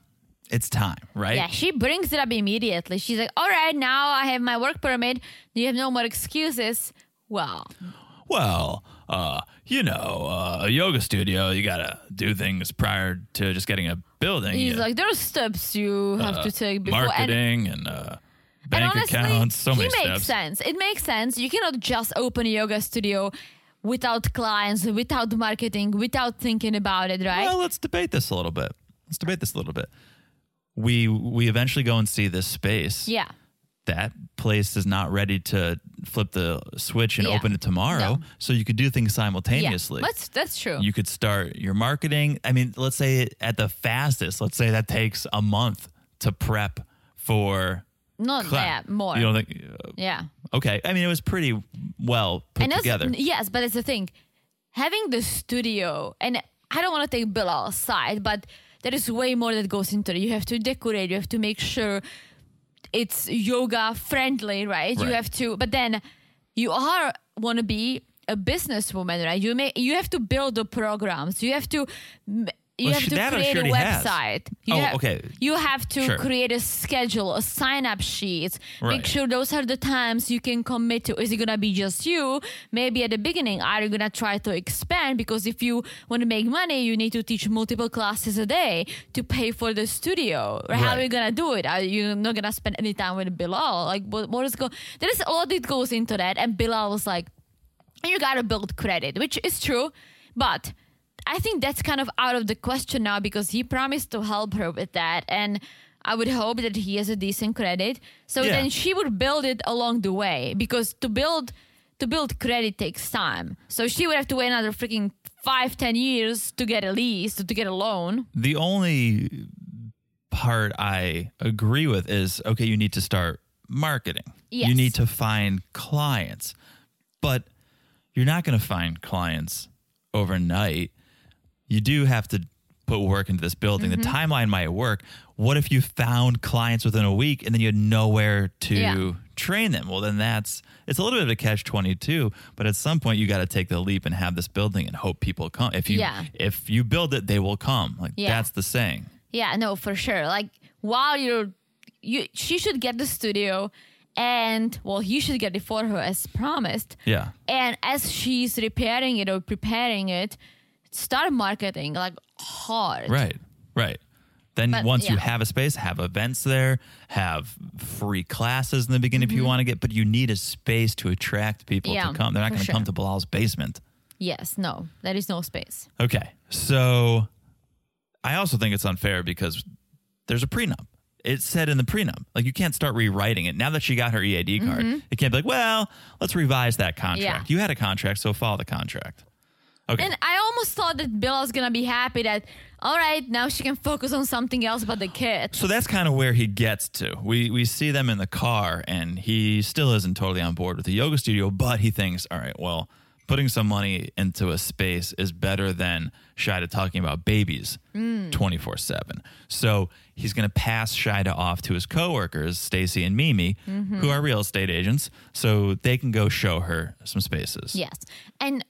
S1: it's time, right?
S2: yeah, she brings it up immediately. She's like, all right, now I have my work permit. You have no more excuses. Well,
S1: well, uh, you know, uh, a yoga studio, you gotta do things prior to just getting a building.
S2: he's
S1: You-
S2: like, there are steps you have to take before.
S1: Uh,
S2: and-
S1: marketing and, uh, bank accounts, so
S2: he
S1: many
S2: makes
S1: steps.
S2: sense. It makes sense. You cannot just open a yoga studio without clients, without marketing, without thinking about it, right?
S1: Well, let's debate this a little bit. Let's debate this a little bit. We we eventually go and see this space.
S2: yeah.
S1: That place is not ready to flip the switch and
S2: Yeah.
S1: open it tomorrow.
S2: No.
S1: So you could do things
S2: Yeah.
S1: simultaneously.
S2: That's that's true.
S1: you could start your marketing. I mean, let's say at the fastest, let's say that takes a month to prep for
S2: Not
S1: class.
S2: that more.
S1: You don't think? uh,
S2: yeah.
S1: Okay, I mean, it was pretty well put
S2: and that's
S1: together.
S2: yes, but it's the thing. Having the studio and I don't want to take Bill outside, but there is way more that goes into it. You have to decorate, you have to make sure it's yoga friendly, right? You
S1: Right.
S2: have to, but then you are want to be a businesswoman, right? You make you have to build the programs. You have to. m- You
S1: Well,
S2: have
S1: she-
S2: to
S1: that she
S2: create a
S1: already has.
S2: website. You
S1: Oh,
S2: have,
S1: okay.
S2: You have to
S1: Sure.
S2: create a schedule, a sign-up sheet. Make
S1: Right.
S2: sure those are the times you can commit to. Is it gonna be just you? Maybe at the beginning, are you gonna try to expand? Because if you want to make money, you need to teach multiple classes a day to pay for the studio. Or How are
S1: Right.
S2: you gonna do it? Are you not gonna spend any time with Bilal? Like, what, what is go? There is a lot that goes into that. And Bilal was like, "You gotta build credit," which is true, but. I think that's kind of out of the question now because he promised to help her with that. And I would hope that he has a decent credit. So
S1: Yeah.
S2: then she would build it along the way because to build to build credit takes time. So she would have to wait another freaking five, ten years to get a lease, to get a loan.
S1: the only part I agree with is okay, you need to start marketing. You
S2: Yes.
S1: need to find clients, but you're not going to find clients overnight. You do have to put work into this building. The
S2: Mm-hmm.
S1: timeline might work. What if you found clients within a week and then you had nowhere to
S2: Yeah.
S1: train them? Well, then that's it's a little bit of a catch 22, but at some point you got to take the leap and have this building and hope people come. If you
S2: Yeah.
S1: if you build it, they will come. Like
S2: Yeah.
S1: that's the saying.
S2: Yeah, no, for sure. Like while you're you she should get the studio and well he should get it for her as promised.
S1: Yeah.
S2: And as she's repairing it or preparing it, start marketing like hard.
S1: Right, right. Then
S2: But,
S1: once you
S2: yeah.
S1: have a space, have events there, have free classes in the beginning if you want to get, but you need a space to attract people
S2: Mm-hmm. Yeah,
S1: to come. They're not
S2: for
S1: going to
S2: sure.
S1: come to Bilal's basement.
S2: Yes, no. There is no space.
S1: Okay. So I also think it's unfair because there's a prenup. It said in the prenup, like you can't start rewriting it. Now that she got her EAD card,
S2: Mm-hmm.
S1: it can't be like, well, let's revise that contract. You had a contract, so follow the contract. Okay.
S2: And I almost thought that Bella's gonna be happy that all right, now she can focus on something else but the kids.
S1: So that's kind of where he gets to. We we see them in the car, and he still isn't totally on board with the yoga studio, but he thinks, all right, well, putting some money into a space is better than Shida talking about babies twenty four seven. So he's going to pass Shida off to his coworkers, Stacy and Mimi, who are real estate agents, so they can go show her some spaces.
S2: Yes. And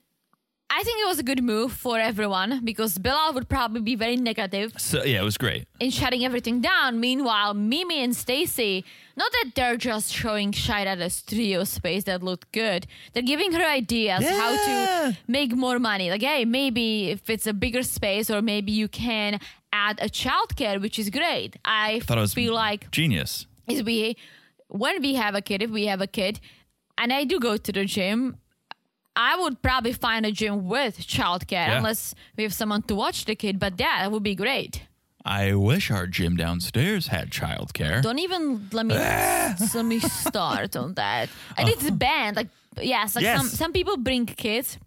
S2: I think it was a good move for everyone because Bella would probably be very negative
S1: So yeah, it was great.
S2: in shutting everything down. Meanwhile, Mimi and Stacy, not that they're just showing Shida the studio space that looked good, they're giving her ideas how
S1: Yeah.
S2: to make more money. Like, hey, maybe if it's a bigger space, or maybe you can add a childcare, which is great. I,
S1: Thought it was
S2: feel like
S1: genius.
S2: is we when we have a kid, if we have a kid, and I do go to the gym, I would probably find a gym with childcare
S1: Yeah.
S2: unless we have someone to watch the kid. But that would be great.
S1: I wish our gym downstairs had childcare.
S2: Don't even let me s- let me start on that. And it's banned. Like yes, like
S1: Uh-huh. Yes.
S2: some some people bring kids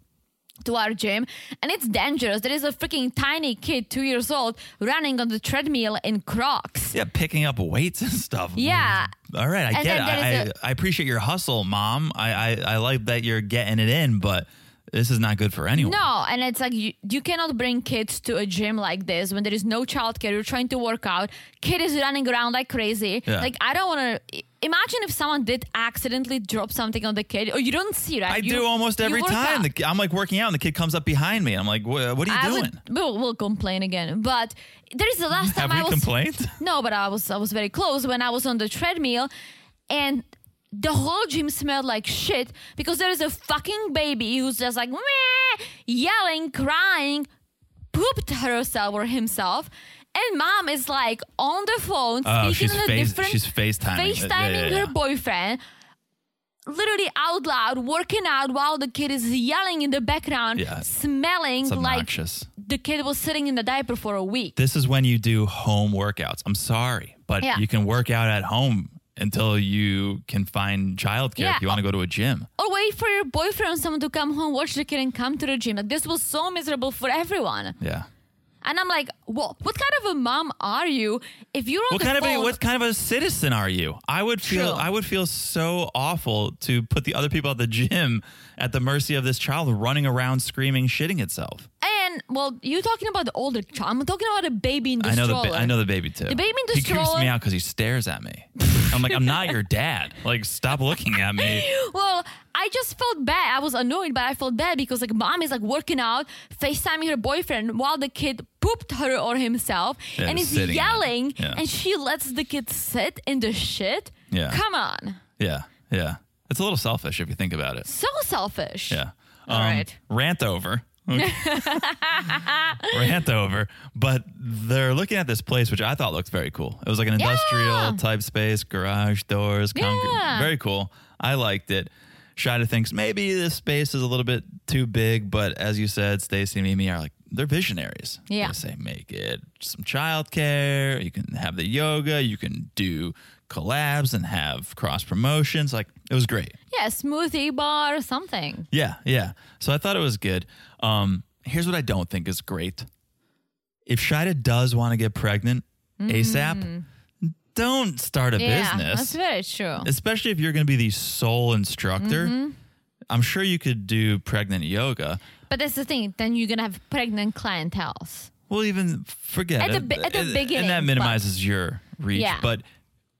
S2: to our gym and it's dangerous. There is a freaking tiny kid, two years old, running on the treadmill in Crocs.
S1: Yeah, picking up weights and stuff.
S2: Yeah.
S1: All right, I
S2: And
S1: get
S2: then
S1: it. I
S2: there is
S1: I I appreciate your hustle, mom. I, I, I like that you're getting it in, but this is not good for anyone.
S2: No, and it's like you, you cannot bring kids to a gym like this when there is no childcare. You're trying to work out. Kid is running around like crazy.
S1: Yeah.
S2: Like I don't want to. Imagine if someone did accidentally drop something on the kid, or you don't see right.
S1: I
S2: You-
S1: do almost
S2: you
S1: every
S2: work
S1: time.
S2: out.
S1: The, ki- I'm like working out, and the kid comes up behind me. I'm like, "Wha- "What are you
S2: I
S1: doing?"
S2: would. We'll, we'll complain again, but there is the last time
S1: Have we
S2: I was.
S1: complained?
S2: No, but I was I was very close when I was on the treadmill, and the whole gym smelled like shit because there is a fucking baby who's just like Meh, yelling, crying, pooped herself or himself, and mom is like on the phone
S1: Oh,
S2: speaking
S1: she's
S2: in a
S1: face-
S2: different
S1: she's FaceTiming it. Yeah, yeah,
S2: FaceTiming
S1: yeah.
S2: her boyfriend. Literally out loud, working out while the kid is yelling in the background,
S1: Yeah.
S2: smelling
S1: It's
S2: like
S1: obnoxious.
S2: the kid was sitting in the diaper for a week.
S1: this is when you do home workouts. I'm sorry, but
S2: Yeah.
S1: you can work out at home until you can find childcare
S2: Yeah.
S1: if you want to go to a gym.
S2: or wait for your boyfriend or someone to come home, watch the kid, and come to the gym. Like this was so miserable for everyone.
S1: Yeah.
S2: And I'm like, what? What kind of a mom are you if you're on
S1: What
S2: the
S1: kind of a,
S2: phone-
S1: what kind of a citizen are you? I would feel
S2: True.
S1: I would feel so awful to put the other people at the gym at the mercy of this child running around screaming, shitting itself.
S2: And well, you're talking about the older child. I'm talking about a baby in the
S1: I know
S2: stroller.
S1: the ba- I know the baby too. The
S2: baby in the
S1: he creeps
S2: stroller-
S1: me out because he stares at me. I'm like I'm not your dad. Like stop looking at me.
S2: Well, I just felt bad. I was annoyed, but I felt bad because like mom is like working out, FaceTiming her boyfriend while the kid pooped her or himself
S1: Yeah,
S2: and
S1: he's
S2: is
S1: sitting on it.
S2: yelling
S1: Yeah.
S2: and she lets the kid sit in the shit.
S1: Yeah.
S2: Come on.
S1: Yeah, yeah. It's a little selfish if you think about it.
S2: So selfish.
S1: Yeah. Um,
S2: All right.
S1: Rant over. rant over. But they're looking at this place, which I thought looked very cool. It was like an industrial
S2: Yeah.
S1: type space, garage doors, concrete.
S2: Yeah.
S1: Very cool. I liked it. Shida thinks maybe this space is a little bit too big, but as you said, Stacy and Mimi are like, they're visionaries.
S2: Yeah.
S1: They say, make it some childcare. You can have the yoga. You can do collabs and have cross promotions. Like, it was great.
S2: Yeah, smoothie bar or something.
S1: Yeah, yeah. So I thought it was good. Um, here's what I don't think is great. If Shida does want to get pregnant ASAP, don't start a
S2: Mm. yeah,
S1: business,
S2: that's very true.
S1: especially if you're going to be the sole instructor.
S2: Mm-hmm.
S1: I'm sure you could do pregnant yoga.
S2: But that's the thing. Then you're gonna have pregnant clientels.
S1: Well, even forget
S2: At the
S1: it.
S2: be- at the
S1: And-
S2: beginning,
S1: and that
S2: but-
S1: minimizes your reach.
S2: Yeah.
S1: But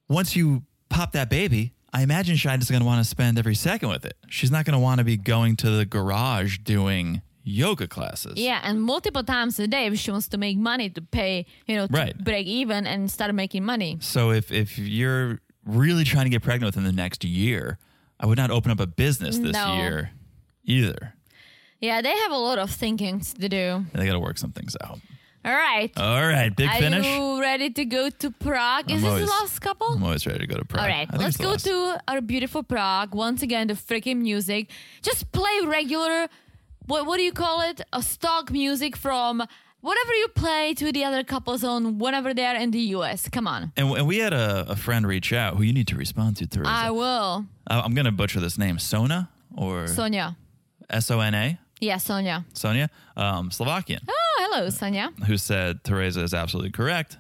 S1: once you pop that baby, I imagine Shine's going to want to spend every second with it. She's not going to want to be going to the garage doing yoga classes.
S2: Yeah, and multiple times a day if she wants to make money to pay, you know, to
S1: Right.
S2: break even and start making money.
S1: So if if you're really trying to get pregnant within the next year, I would not open up a business this
S2: No.
S1: year either.
S2: Yeah, they have a lot of thinkings to do.
S1: And they got to work some things out.
S2: All right.
S1: All right, big
S2: Are
S1: Uh, finish.
S2: you ready to go to Prague? Is
S1: I'm
S2: this
S1: always-
S2: the last couple?
S1: I'm always ready to go to Prague.
S2: All right,
S1: I think
S2: let's
S1: it's the
S2: go
S1: last.
S2: to our beautiful Prague. Once again, the freaking music. Just play regular, what, what do you call it? A stock music from whatever you play to the other couples on whenever they're in the US. Come on.
S1: And, and we had a, a friend reach out who you need to respond to, Teresa.
S2: I will.
S1: I- I'm going to butcher this name, Sona or
S2: Sonia.
S1: S O N A,
S2: Yeah, Sonia.
S1: Sonia, um, Slovakian,
S2: Oh, hello, Sonia.
S1: who said Teresa is absolutely correct.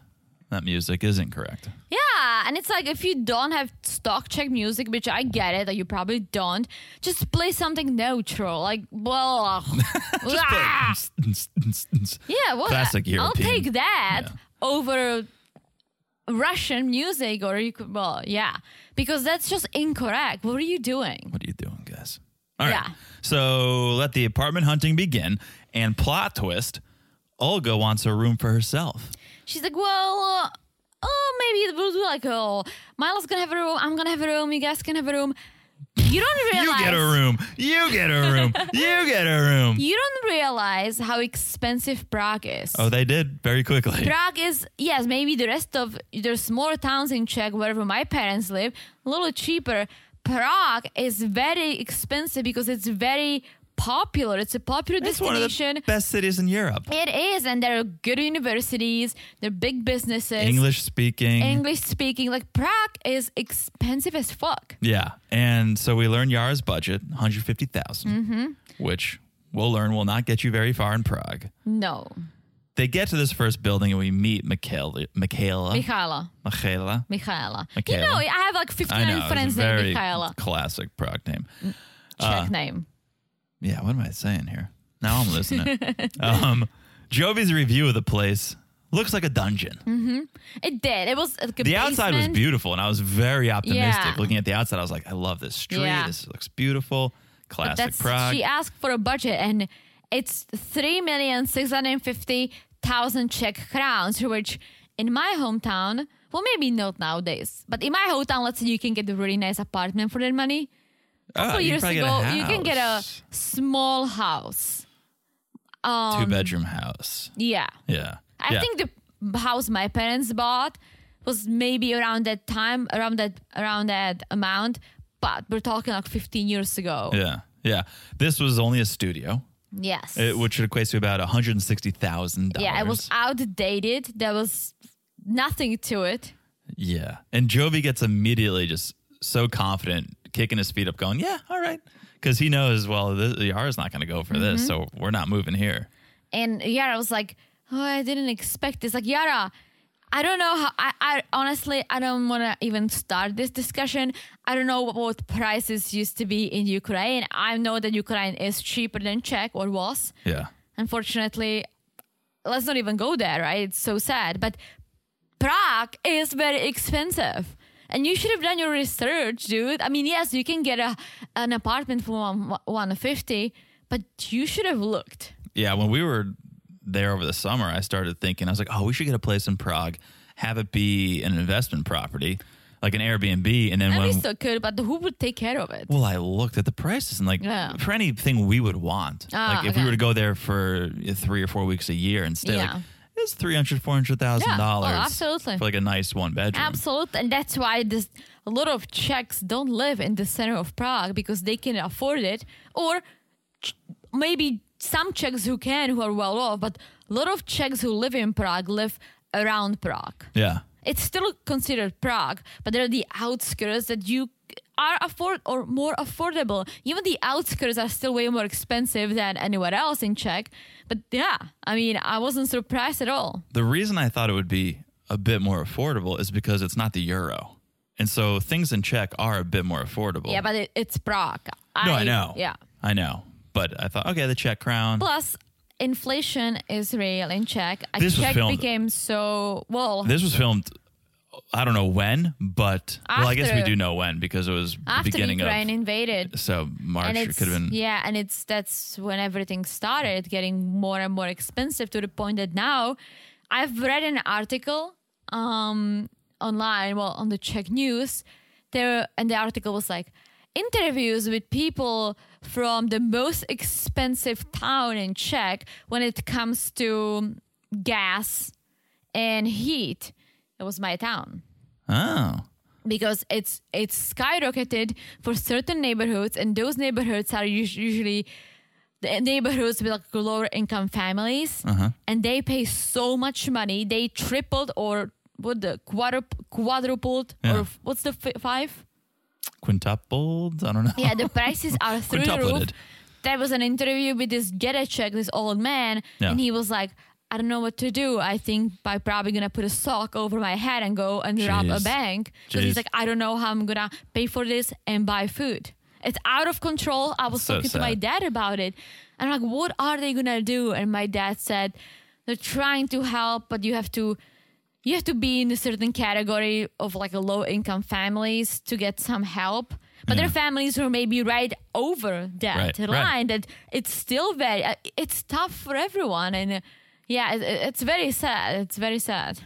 S1: That music isn't correct.
S2: Yeah, and it's like if you don't have stock check music, which I get it that you probably don't, just play something neutral, like well, Ah! yeah, well,
S1: Classic
S2: I'll
S1: European.
S2: take that over Russian music or you could, well, yeah, because that's just incorrect. What are you doing?
S1: What are you doing, guys? All right.
S2: Yeah.
S1: So let the apartment hunting begin. And plot twist Olga wants a room for herself.
S2: She's like, well, uh, oh, maybe we'll do like, oh, Milo's gonna have a room, I'm gonna have a room, you guys can have a room. You don't
S1: You
S2: realize
S1: get a room. You get a room. you get a room.
S2: You don't realize how expensive Prague is.
S1: oh, they did very quickly.
S2: Prague is yes, maybe the rest of there's smaller towns in Czech wherever my parents live, a little cheaper. Prague is very expensive because it's very popular. It's a popular
S1: It's one of
S2: destination.
S1: the best cities in Europe.
S2: it is, and there are good universities, there are big businesses,
S1: English speaking.
S2: English speaking. Like Prague is expensive as fuck.
S1: Yeah, and so we learn Yara's budget, one hundred fifty
S2: Mm-hmm.
S1: which we'll learn will not get you very far in Prague.
S2: No,
S1: They get to this first building and we meet Michaela. Michaela.
S2: Michaela,
S1: Michaela.
S2: Michaela.
S1: Michaela.
S2: You know, I have like
S1: I
S2: 59
S1: know. It's
S2: friends
S1: a very
S2: named Michaela. Ah.
S1: classic Prague name.
S2: Czech name.
S1: Yeah, what am I saying here? Now I'm listening. um, Jovi's review of the place looks like a dungeon.
S2: It did. It was like a
S1: The outside was
S2: Mm-hmm. basement.
S1: beautiful, and I was very optimistic.
S2: Yeah.
S1: Looking at the outside, I was like, I love this street.
S2: Yeah.
S1: This looks beautiful. Classic
S2: That's
S1: Prague.
S2: she asked for a budget and it's three million six hundred fifty thousand Czech crowns, which in my hometown, well maybe not nowadays, but in my hometown, let's say you can get a really nice apartment for that money.
S1: Oh,
S2: Couple
S1: you
S2: years
S1: probably get
S2: ago,
S1: a
S2: you can get a
S1: house.
S2: small house.
S1: two bedroom house.
S2: Yeah,
S1: Yeah.
S2: um, I
S1: Yeah.
S2: think the house my parents bought was maybe around that time, around that around that amount, but we're talking like fifteen years ago.
S1: Yeah. Yeah. This was only a studio,
S2: Yes,
S1: it, which equates to about $160,000.
S2: Yeah, it was outdated. There was nothing to it.
S1: Yeah. And Jovi gets immediately just so confident, kicking his feet up, going, Yeah, all right. Because he knows, well, this, Yara's not going to go for
S2: Mm-hmm.
S1: this. So we're not moving here.
S2: And Yara was like, oh, I didn't expect this. Like, Yara, I don't know how, I, I honestly, I don't want to even start this discussion. I don't know what, what prices used to be in Ukraine. I know that Ukraine is cheaper than Czech or was.
S1: Yeah.
S2: Unfortunately, let's not even go there, right? It's so sad. But Prague is very expensive. And you should have done your research, dude. I mean, yes, you can get a an apartment for one, 150, but you should have looked.
S1: Yeah. When we were there over the summer, I started thinking, I was like, Oh, we should get a place in Prague, have it be an investment property, like an Airbnb. And then
S2: And we
S1: when.
S2: still could, but who would take care of it?
S1: Well, I looked at the prices and like
S2: Yeah.
S1: for anything we would want,
S2: Ah,
S1: like if we
S2: okay.
S1: were to go there for three or four weeks a year and stay,
S2: Yeah.
S1: like it's three hundred, four hundred thousand dollars,
S2: Yeah. Oh, absolutely.
S1: for like a nice one bedroom.
S2: Absolutely. And that's why this, a lot of Czechs don't live in the center of Prague because they can afford it. Or ch- maybe some Czechs who can, who are well off, but a lot of Czechs who live in Prague live around Prague.
S1: Yeah,
S2: It's still considered Prague, but they're the outskirts that you are afford or more affordable. Even the outskirts are still way more expensive than anywhere else in Czech. But yeah, I mean, I wasn't surprised at all.
S1: the reason I thought it would be a bit more affordable is because it's not the euro. And so things in Czech are a bit more affordable.
S2: Yeah, but it, it's Prague.
S1: no, I, know.
S2: Yeah.
S1: I know. But I thought, okay, the Czech crown.
S2: Plus, inflation is real in Czech. A
S1: This was
S2: Czech
S1: filmed-
S2: became so well
S1: This was filmed, I don't know when, but well, I guess we
S2: After-
S1: do know when because it was the
S2: after
S1: beginning
S2: Ukraine
S1: of
S2: invaded.
S1: so March.
S2: and
S1: It
S2: it's
S1: could have been
S2: yeah and it's that's when everything started getting more and more expensive to the point that now i've read an article um online well on the czech news there and the article was like interviews with people from the most expensive town in czech when it comes to gas and heat it was my town
S1: oh
S2: because it's it's skyrocketed for certain neighborhoods, and those neighborhoods are us- usually the neighborhoods with like lower income families, and they pay so much money. They tripled or what the quadrup- quadrupled or
S1: Yeah.
S2: f- what's the f- five?
S1: quintupled. I don't know.
S2: Yeah, the prices are through the roof.
S1: Quintupleted.
S2: There was an interview with this Gedechek, this old man,
S1: Yeah.
S2: and he was like. I don't know what to do. I think I'm probably gonna put a sock over my head and go and rob a
S1: Jeez.
S2: bank because he's
S1: Jeez.
S2: like, I don't know how I'm gonna pay for this and buy food. It's out of control. I was
S1: So
S2: talking to my
S1: sad.
S2: dad about it, and I'm like, what are they gonna do? And my dad said, they're trying to help, but you have to, you have to be in a certain category of like a low income families to get some help. But there are families who are maybe right over that
S1: Right, right.
S2: line. That it's still very, uh, it's tough for everyone, and uh, yeah, it, it- it's very sad. It's very sad.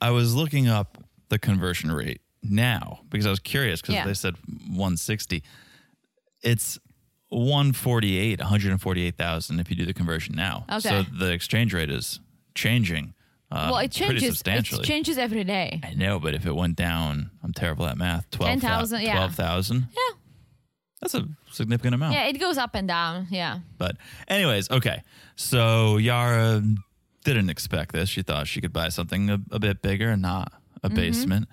S1: I was looking up the conversion rate now because I was curious because
S2: Yeah.
S1: they said 160. It's 148, 148,000 if you do the conversion now. So
S2: Okay.
S1: the exchange rate is changing. Uh,
S2: well, it
S1: pretty
S2: changes. It
S1: substantially.
S2: changes every day.
S1: I know, but if it went down, I'm terrible at math.
S2: 10,000,
S1: 12,000.
S2: yeah.
S1: 12,000.
S2: Yeah.
S1: That's a significant amount.
S2: Yeah, it goes up and down. Yeah.
S1: But, anyways, okay. So Yara didn't expect this. She thought she could buy something a, a bit bigger and not a
S2: Mm-hmm.
S1: basement.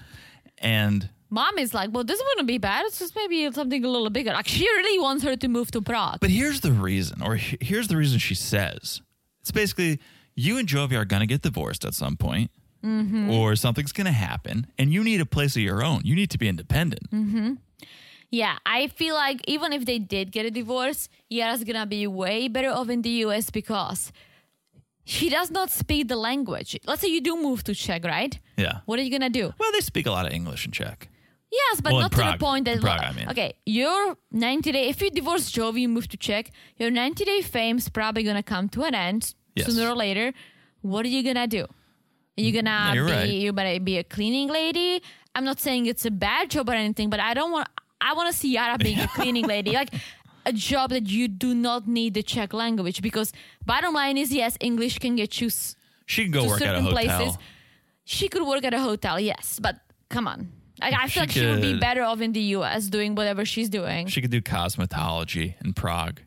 S1: And
S2: Mom is like, well, this wouldn't be bad. It's just maybe something a little bigger. Like, she really wants her to move to Prague.
S1: But here's the reason, or he- here's the reason she says it's basically you and Jovi are going to get divorced at some point,
S2: Mm-hmm.
S1: or something's going to happen, and you need a place of your own. You need to be independent.
S2: Mm-hmm. yeah, I feel like even if they did get a divorce, Yara's gonna be way better off in the US because she does not speak the language. Let's say you do move to Czech, right?
S1: Yeah.
S2: What are you gonna do?
S1: Well, they speak a lot of English in Czech.
S2: Yes, but
S1: Well, in
S2: not to
S1: Prague.
S2: the point that.
S1: In Prague, I mean.
S2: Okay, your 90 day, if you divorce Jovi, you move to Czech, your 90 day fame's probably gonna come to an end
S1: Yes.
S2: sooner or later. What are you gonna do? You're gonna
S1: you're
S2: be
S1: right.
S2: you better be a cleaning lady. I'm not saying it's a bad job or anything, but I don't want I want to see Yara being a cleaning lady, like a job that you do not need the Czech language because bottom line is yes, English can get you s-
S1: She can go
S2: to
S1: work at a
S2: certain
S1: hotel.
S2: places. She could work at a hotel, yes, but come on. Like, I
S1: She
S2: feel like she would be
S1: could-
S2: better off in the US doing whatever she's doing. She,
S1: She could do cosmetology in Prague.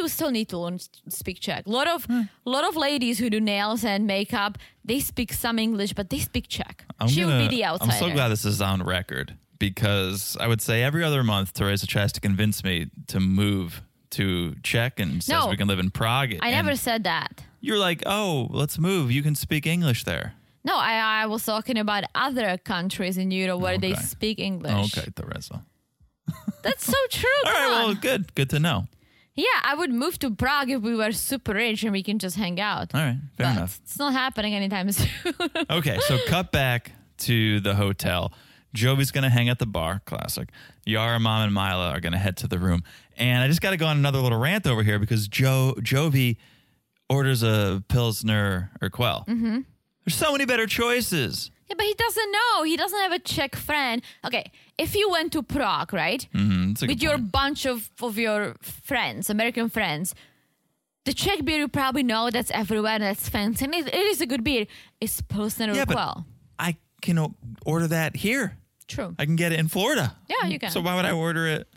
S2: would still need to learn s- speak Czech. A lot of lot of ladies who do nails and makeup, they speak some English, but they speak Czech.
S1: I'm
S2: she would
S1: gonna-
S2: be the
S1: I'm
S2: outsider.
S1: so glad this is on record because I would say every other month, Teresa tries to convince me to move to Czech and says
S2: No.
S1: we can live in Prague.
S2: I
S1: and
S2: never said that.
S1: you're like, oh, let's move. You can speak English there.
S2: No, I, I was talking about other countries in Europe where they
S1: Okay.
S2: speak English.
S1: Okay, Teresa.
S2: That's so true.
S1: All right,
S2: come on.
S1: well, good. Good to know.
S2: yeah, I would move to Prague if we were super rich and we can just hang out.
S1: All right, fair
S2: but
S1: enough.
S2: It's not happening anytime soon.
S1: Okay, so cut back to the hotel. Jovi's going to hang at the bar, classic. Yara, Mom, and Mila are going to head to the room. And I just got to go on another little rant over here because jo- Jovi orders a Pilsner or Quell. Mm-hmm. There's so many better choices.
S2: yeah, but he doesn't know. He doesn't have a Czech friend. Okay, if you went to Prague, right,
S1: Mm, it's a good
S2: with your
S1: point.
S2: bunch of, of your friends, American friends, the Czech beer you probably know that's everywhere and that's fancy. And it, it is a good beer. It's Pilsner
S1: Yeah,
S2: or
S1: but-
S2: Quell.
S1: I can o- order that here.
S2: True.
S1: I can get it in Florida.
S2: Yeah, you can.
S1: Mm, So why would I order it?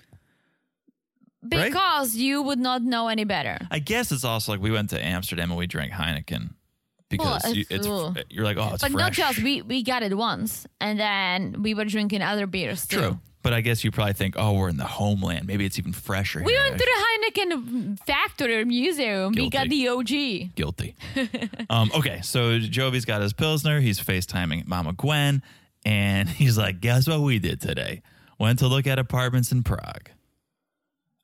S1: right?
S2: because you would not know any better.
S1: I guess it's also like we went to Amsterdam and we drank Heineken because
S2: Well,
S1: you,
S2: it's-
S1: it's,
S2: ooh.
S1: you're like, oh, it's
S2: But
S1: fresh.
S2: not just we we got it once, and then we were drinking other beers too.
S1: True. But I guess you probably think, oh, we're in the homeland. Maybe it's even fresher.
S2: We
S1: here.
S2: went to the Heineken factory or museum. We got
S1: Guilty.
S2: the OG.
S1: guilty. um, okay, so Jovi's got his pilsner. He's FaceTiming Mama Gwen, and he's like, "Guess what we did today? Went to look at apartments in Prague."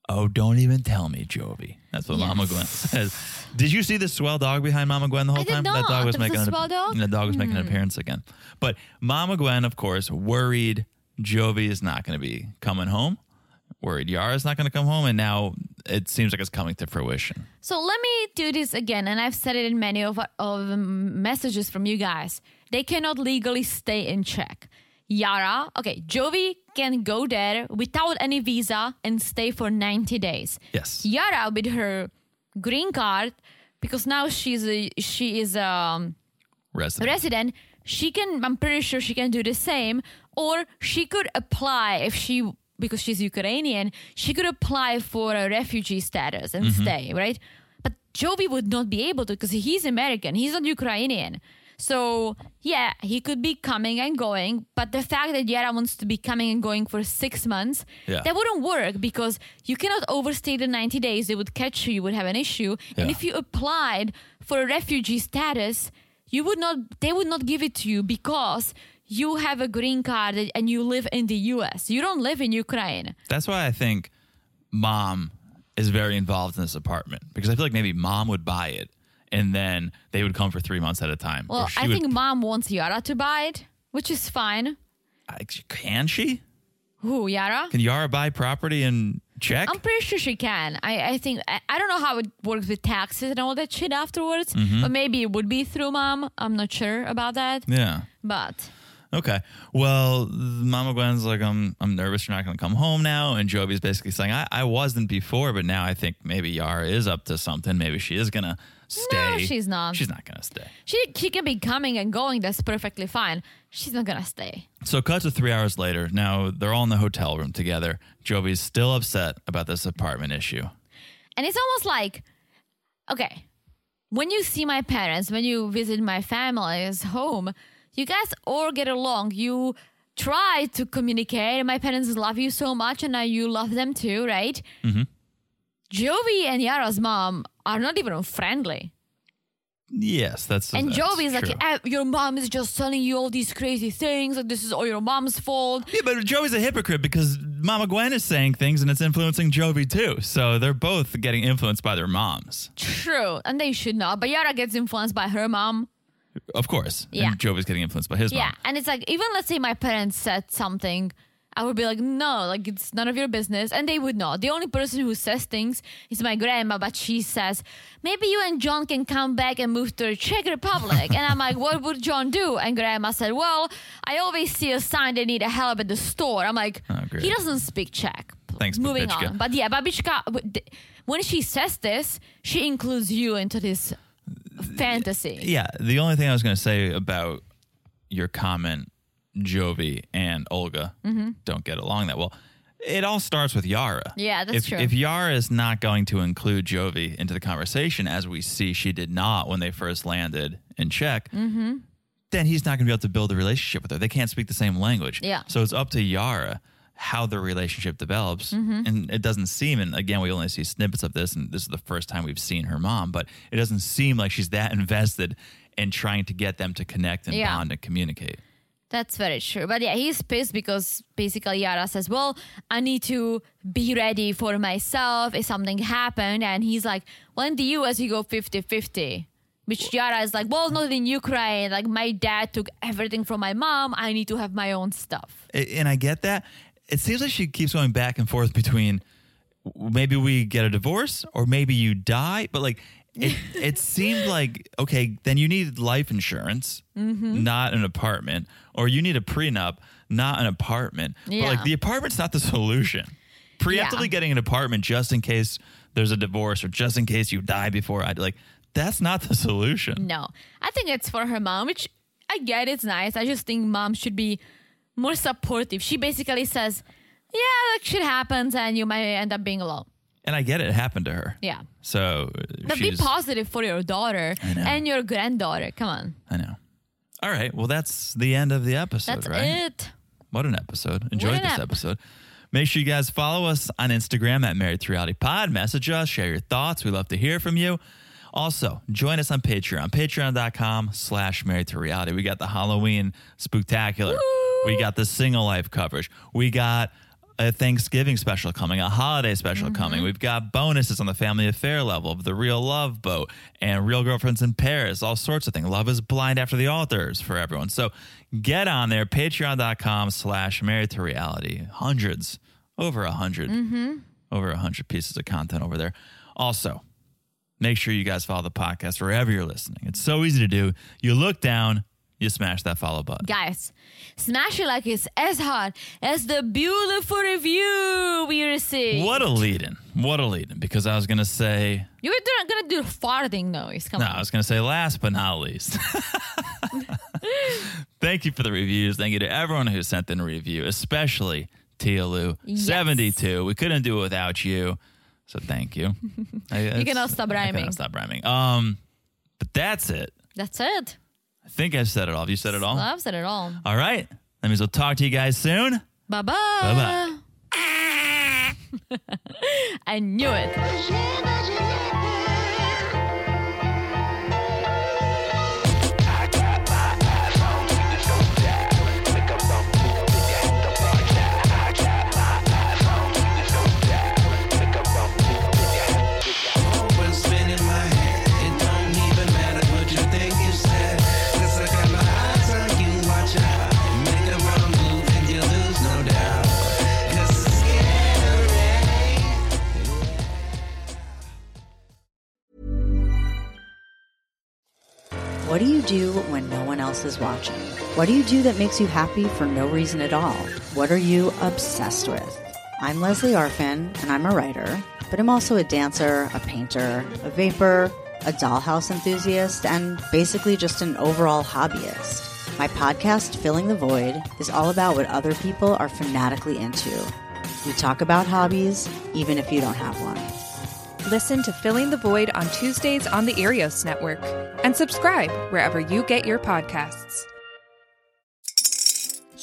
S1: Oh, don't even tell me, Jovi. That's what
S2: Yeah.
S1: Mama Gwen says. Did you see the swell dog behind Mama Gwen the whole
S2: I did
S1: time? That
S2: not.
S1: dog was
S2: There was
S1: making
S2: a
S1: an,
S2: swell dog? Hmm.
S1: The dog was making an appearance again. But Mama Gwen, of course, worried Jovi is not going to be coming home. Worried Yara's not going to come home, and now it seems like it's coming to fruition.
S2: So let me do this again, and I've said it in many of of um, messages from you guys. They cannot legally stay in Czech. Yara, okay, Jovi can go there without any visa and stay for 90 days.
S1: Yes.
S2: Yara with her green card, because now she's a, she is um
S1: Resident.
S2: resident, she can, I'm pretty sure she can do the same, or she could apply if she, because she's Ukrainian, she could apply for a refugee status and stay, right? But Jovi would not be able to because he's American, he's not Ukrainian. So, yeah, he could be coming and going, but the fact that Yara wants to be coming and going for six months,
S1: Yeah.
S2: that wouldn't work because you cannot overstay the 90 days. They would catch you, you would have an issue.
S1: Yeah.
S2: And if you applied for a refugee status, you would not they would not give it to you because you have a green card and you live in the US. You don't live in Ukraine.
S1: That's why I think mom is very involved in this apartment because I feel like maybe mom would buy it and then they would come for three months at a time. Or
S2: Well,
S1: she
S2: I
S1: would-
S2: think mom wants Yara to buy it, which is fine.
S1: I- can she?
S2: Who, Yara?
S1: Can Yara buy property in Czech?
S2: I'm pretty sure she can. I, I think I, I don't know how it works with taxes and all that shit afterwards,
S1: Mm-hmm.
S2: but maybe it would be through mom. I'm not sure about that.
S1: yeah.
S2: But
S1: Okay. Well, Mama Gwen's like, I'm, I'm nervous you're not going to come home now. And Jovi's basically saying, I, I wasn't before, but now I think maybe Yara is up to something. Maybe she is going to stay.
S2: she's not.
S1: She's not going to stay.
S2: She she can be coming and going. That's perfectly fine. She's not gonna stay.
S1: So cut to three hours later. Now they're all in the hotel room together. Jovi's still upset about this apartment issue.
S2: And it's almost like, okay, when you see my parents, when you visit my family's home, you guys all get along. You try to communicate. My parents love you so much, and now you love them too, right?
S1: Mm-hmm.
S2: Jovi and Yara's mom are not even friendly.
S1: Yes, that's
S2: And
S1: that's
S2: Jovi's like,
S1: true.
S2: "Eh, your mom is just telling you all these crazy things. Like, this is all your mom's fault.
S1: yeah, but Jovi's a hypocrite because Mama Gwen is saying things and it's influencing Jovi too. So they're both getting influenced by their moms,
S2: True, and they should not. But Yara gets influenced by her mom.
S1: of course.
S2: Yeah.
S1: And Jovi's getting influenced by his
S2: Yeah,
S1: mom.
S2: and it's like even let's say my parents said something, I would be like, no, like it's none of your business, and they would not. The only person who says things is my grandma, but she says maybe you and John can come back and move to the Czech Republic, and I'm like, what would John do? And grandma said, well, I always see a sign they need a help at the store. I'm like,
S1: Oh, great.
S2: he doesn't speak Czech.
S1: Thanks,
S2: Moving
S1: Babichka.
S2: on, but yeah, Babichka. w- th- When she says this, she includes you into this fantasy.
S1: Yeah. The only thing I was going to say about your comment, Jovi and Olga
S2: Mm-hmm.
S1: don't get along that well. It all starts with Yara.
S2: Yeah, that's
S1: if,
S2: true.
S1: If Yara is not going to include Jovi into the conversation, as we see she did not when they first landed in
S2: Mm-hmm.
S1: Czech, then he's not going to be able to build a relationship with her. They can't speak the same language.
S2: Yeah.
S1: So it's up to Yara how their relationship develops.
S2: Mm-hmm.
S1: And it doesn't seem, and again, we only see snippets of this, and this is the first time we've seen her mom, but it doesn't seem like she's that invested in trying to get them to connect and
S2: Yeah.
S1: bond and communicate.
S2: That's very true. But yeah, he's pissed because basically Yara says, Well, I need to be ready for myself if something happened. And he's like, Well, in the US, you go 50 50. Which Yara is like, Well, not in Ukraine. Like, my dad took everything from my mom. I need to have my own stuff.
S1: A- and I get that. It seems like she keeps going back and forth between w- maybe we get a divorce or maybe you die, but like it, it seemed like okay, then you need life insurance,
S2: Mm-hmm.
S1: not an apartment, or you need a prenup, not an apartment. But
S2: Yeah.
S1: like the apartment's not the solution. Preemptively
S2: Yeah.
S1: getting an apartment just in case there's a divorce or just in case you die before I like that's not the solution.
S2: No, I think it's for her mom, which I get it's nice. I just think mom should be more supportive. She basically says, Yeah, like shit happens and you might end up being alone.
S1: And I get it, it happened to her.
S2: Yeah.
S1: So
S2: But be
S1: she's,
S2: positive for your daughter and your granddaughter. Come on.
S1: I know. All right. Well, that's the end of the episode,
S2: That's
S1: right?
S2: it.
S1: What an episode. Enjoyed
S2: an
S1: this
S2: ep-
S1: episode. Make sure you guys follow us on Instagram at Married to Reality Pod. Message us, share your thoughts. We love to hear from you. Also, join us on Patreon, patreon.com slash married to reality. We got the Halloween spooktacular. We got the single life coverage. We got a Thanksgiving special coming, a holiday special coming. We've got bonuses on the family affair level of the real love boat and real girlfriends in Paris, all sorts of things. Love is blind after the altars for everyone. So get on there, patreon.com slash married to reality. Hundreds, over a 100 over a hundred pieces of content over there. Also, make sure you guys follow the podcast wherever you're listening. It's so easy to do. You look down, you smash that follow button.
S2: Guys, smash it like it's as hot as the beautiful review we received.
S1: What a lead in. What a lead in. Because I was going to say,
S2: You were not gonna do farting noise. Come
S1: no,
S2: on.
S1: I was going to say last but not least. Thank you for the reviews. Thank you to everyone who sent in a review, especially Tia Lou,
S2: Yes.
S1: 72. We couldn't do it without you. So thank you. you
S2: cannot stop
S1: I
S2: rhyming.
S1: cannot stop rhyming. Um, but that's it.
S2: That's it.
S1: I think I've said it all. Have you said it all?
S2: Loves it at all.
S1: All right. That means we'll talk to you guys soon.
S2: Bye
S1: Bye-bye.
S2: bye. I knew it.
S3: When spinning my head, it don't even matter what you think you said. 'Cause I got my eyes on you, watch out. Make a wrong move and you lose, no doubt. 'Cause it's scary.
S4: What do you do when no one else is watching? What do you do that makes you happy for no reason at all? What are you obsessed with? I'm Leslie Arfin, and I'm a writer, but I'm also a dancer, a painter, a vapor, a dollhouse enthusiast, and basically just an overall hobbyist. My podcast, Filling the Void, is all about what other people are fanatically into. We talk about hobbies, even if you don't have one.
S5: Listen to Filling the Void on Tuesdays on the Erios Network and subscribe wherever you get your podcasts.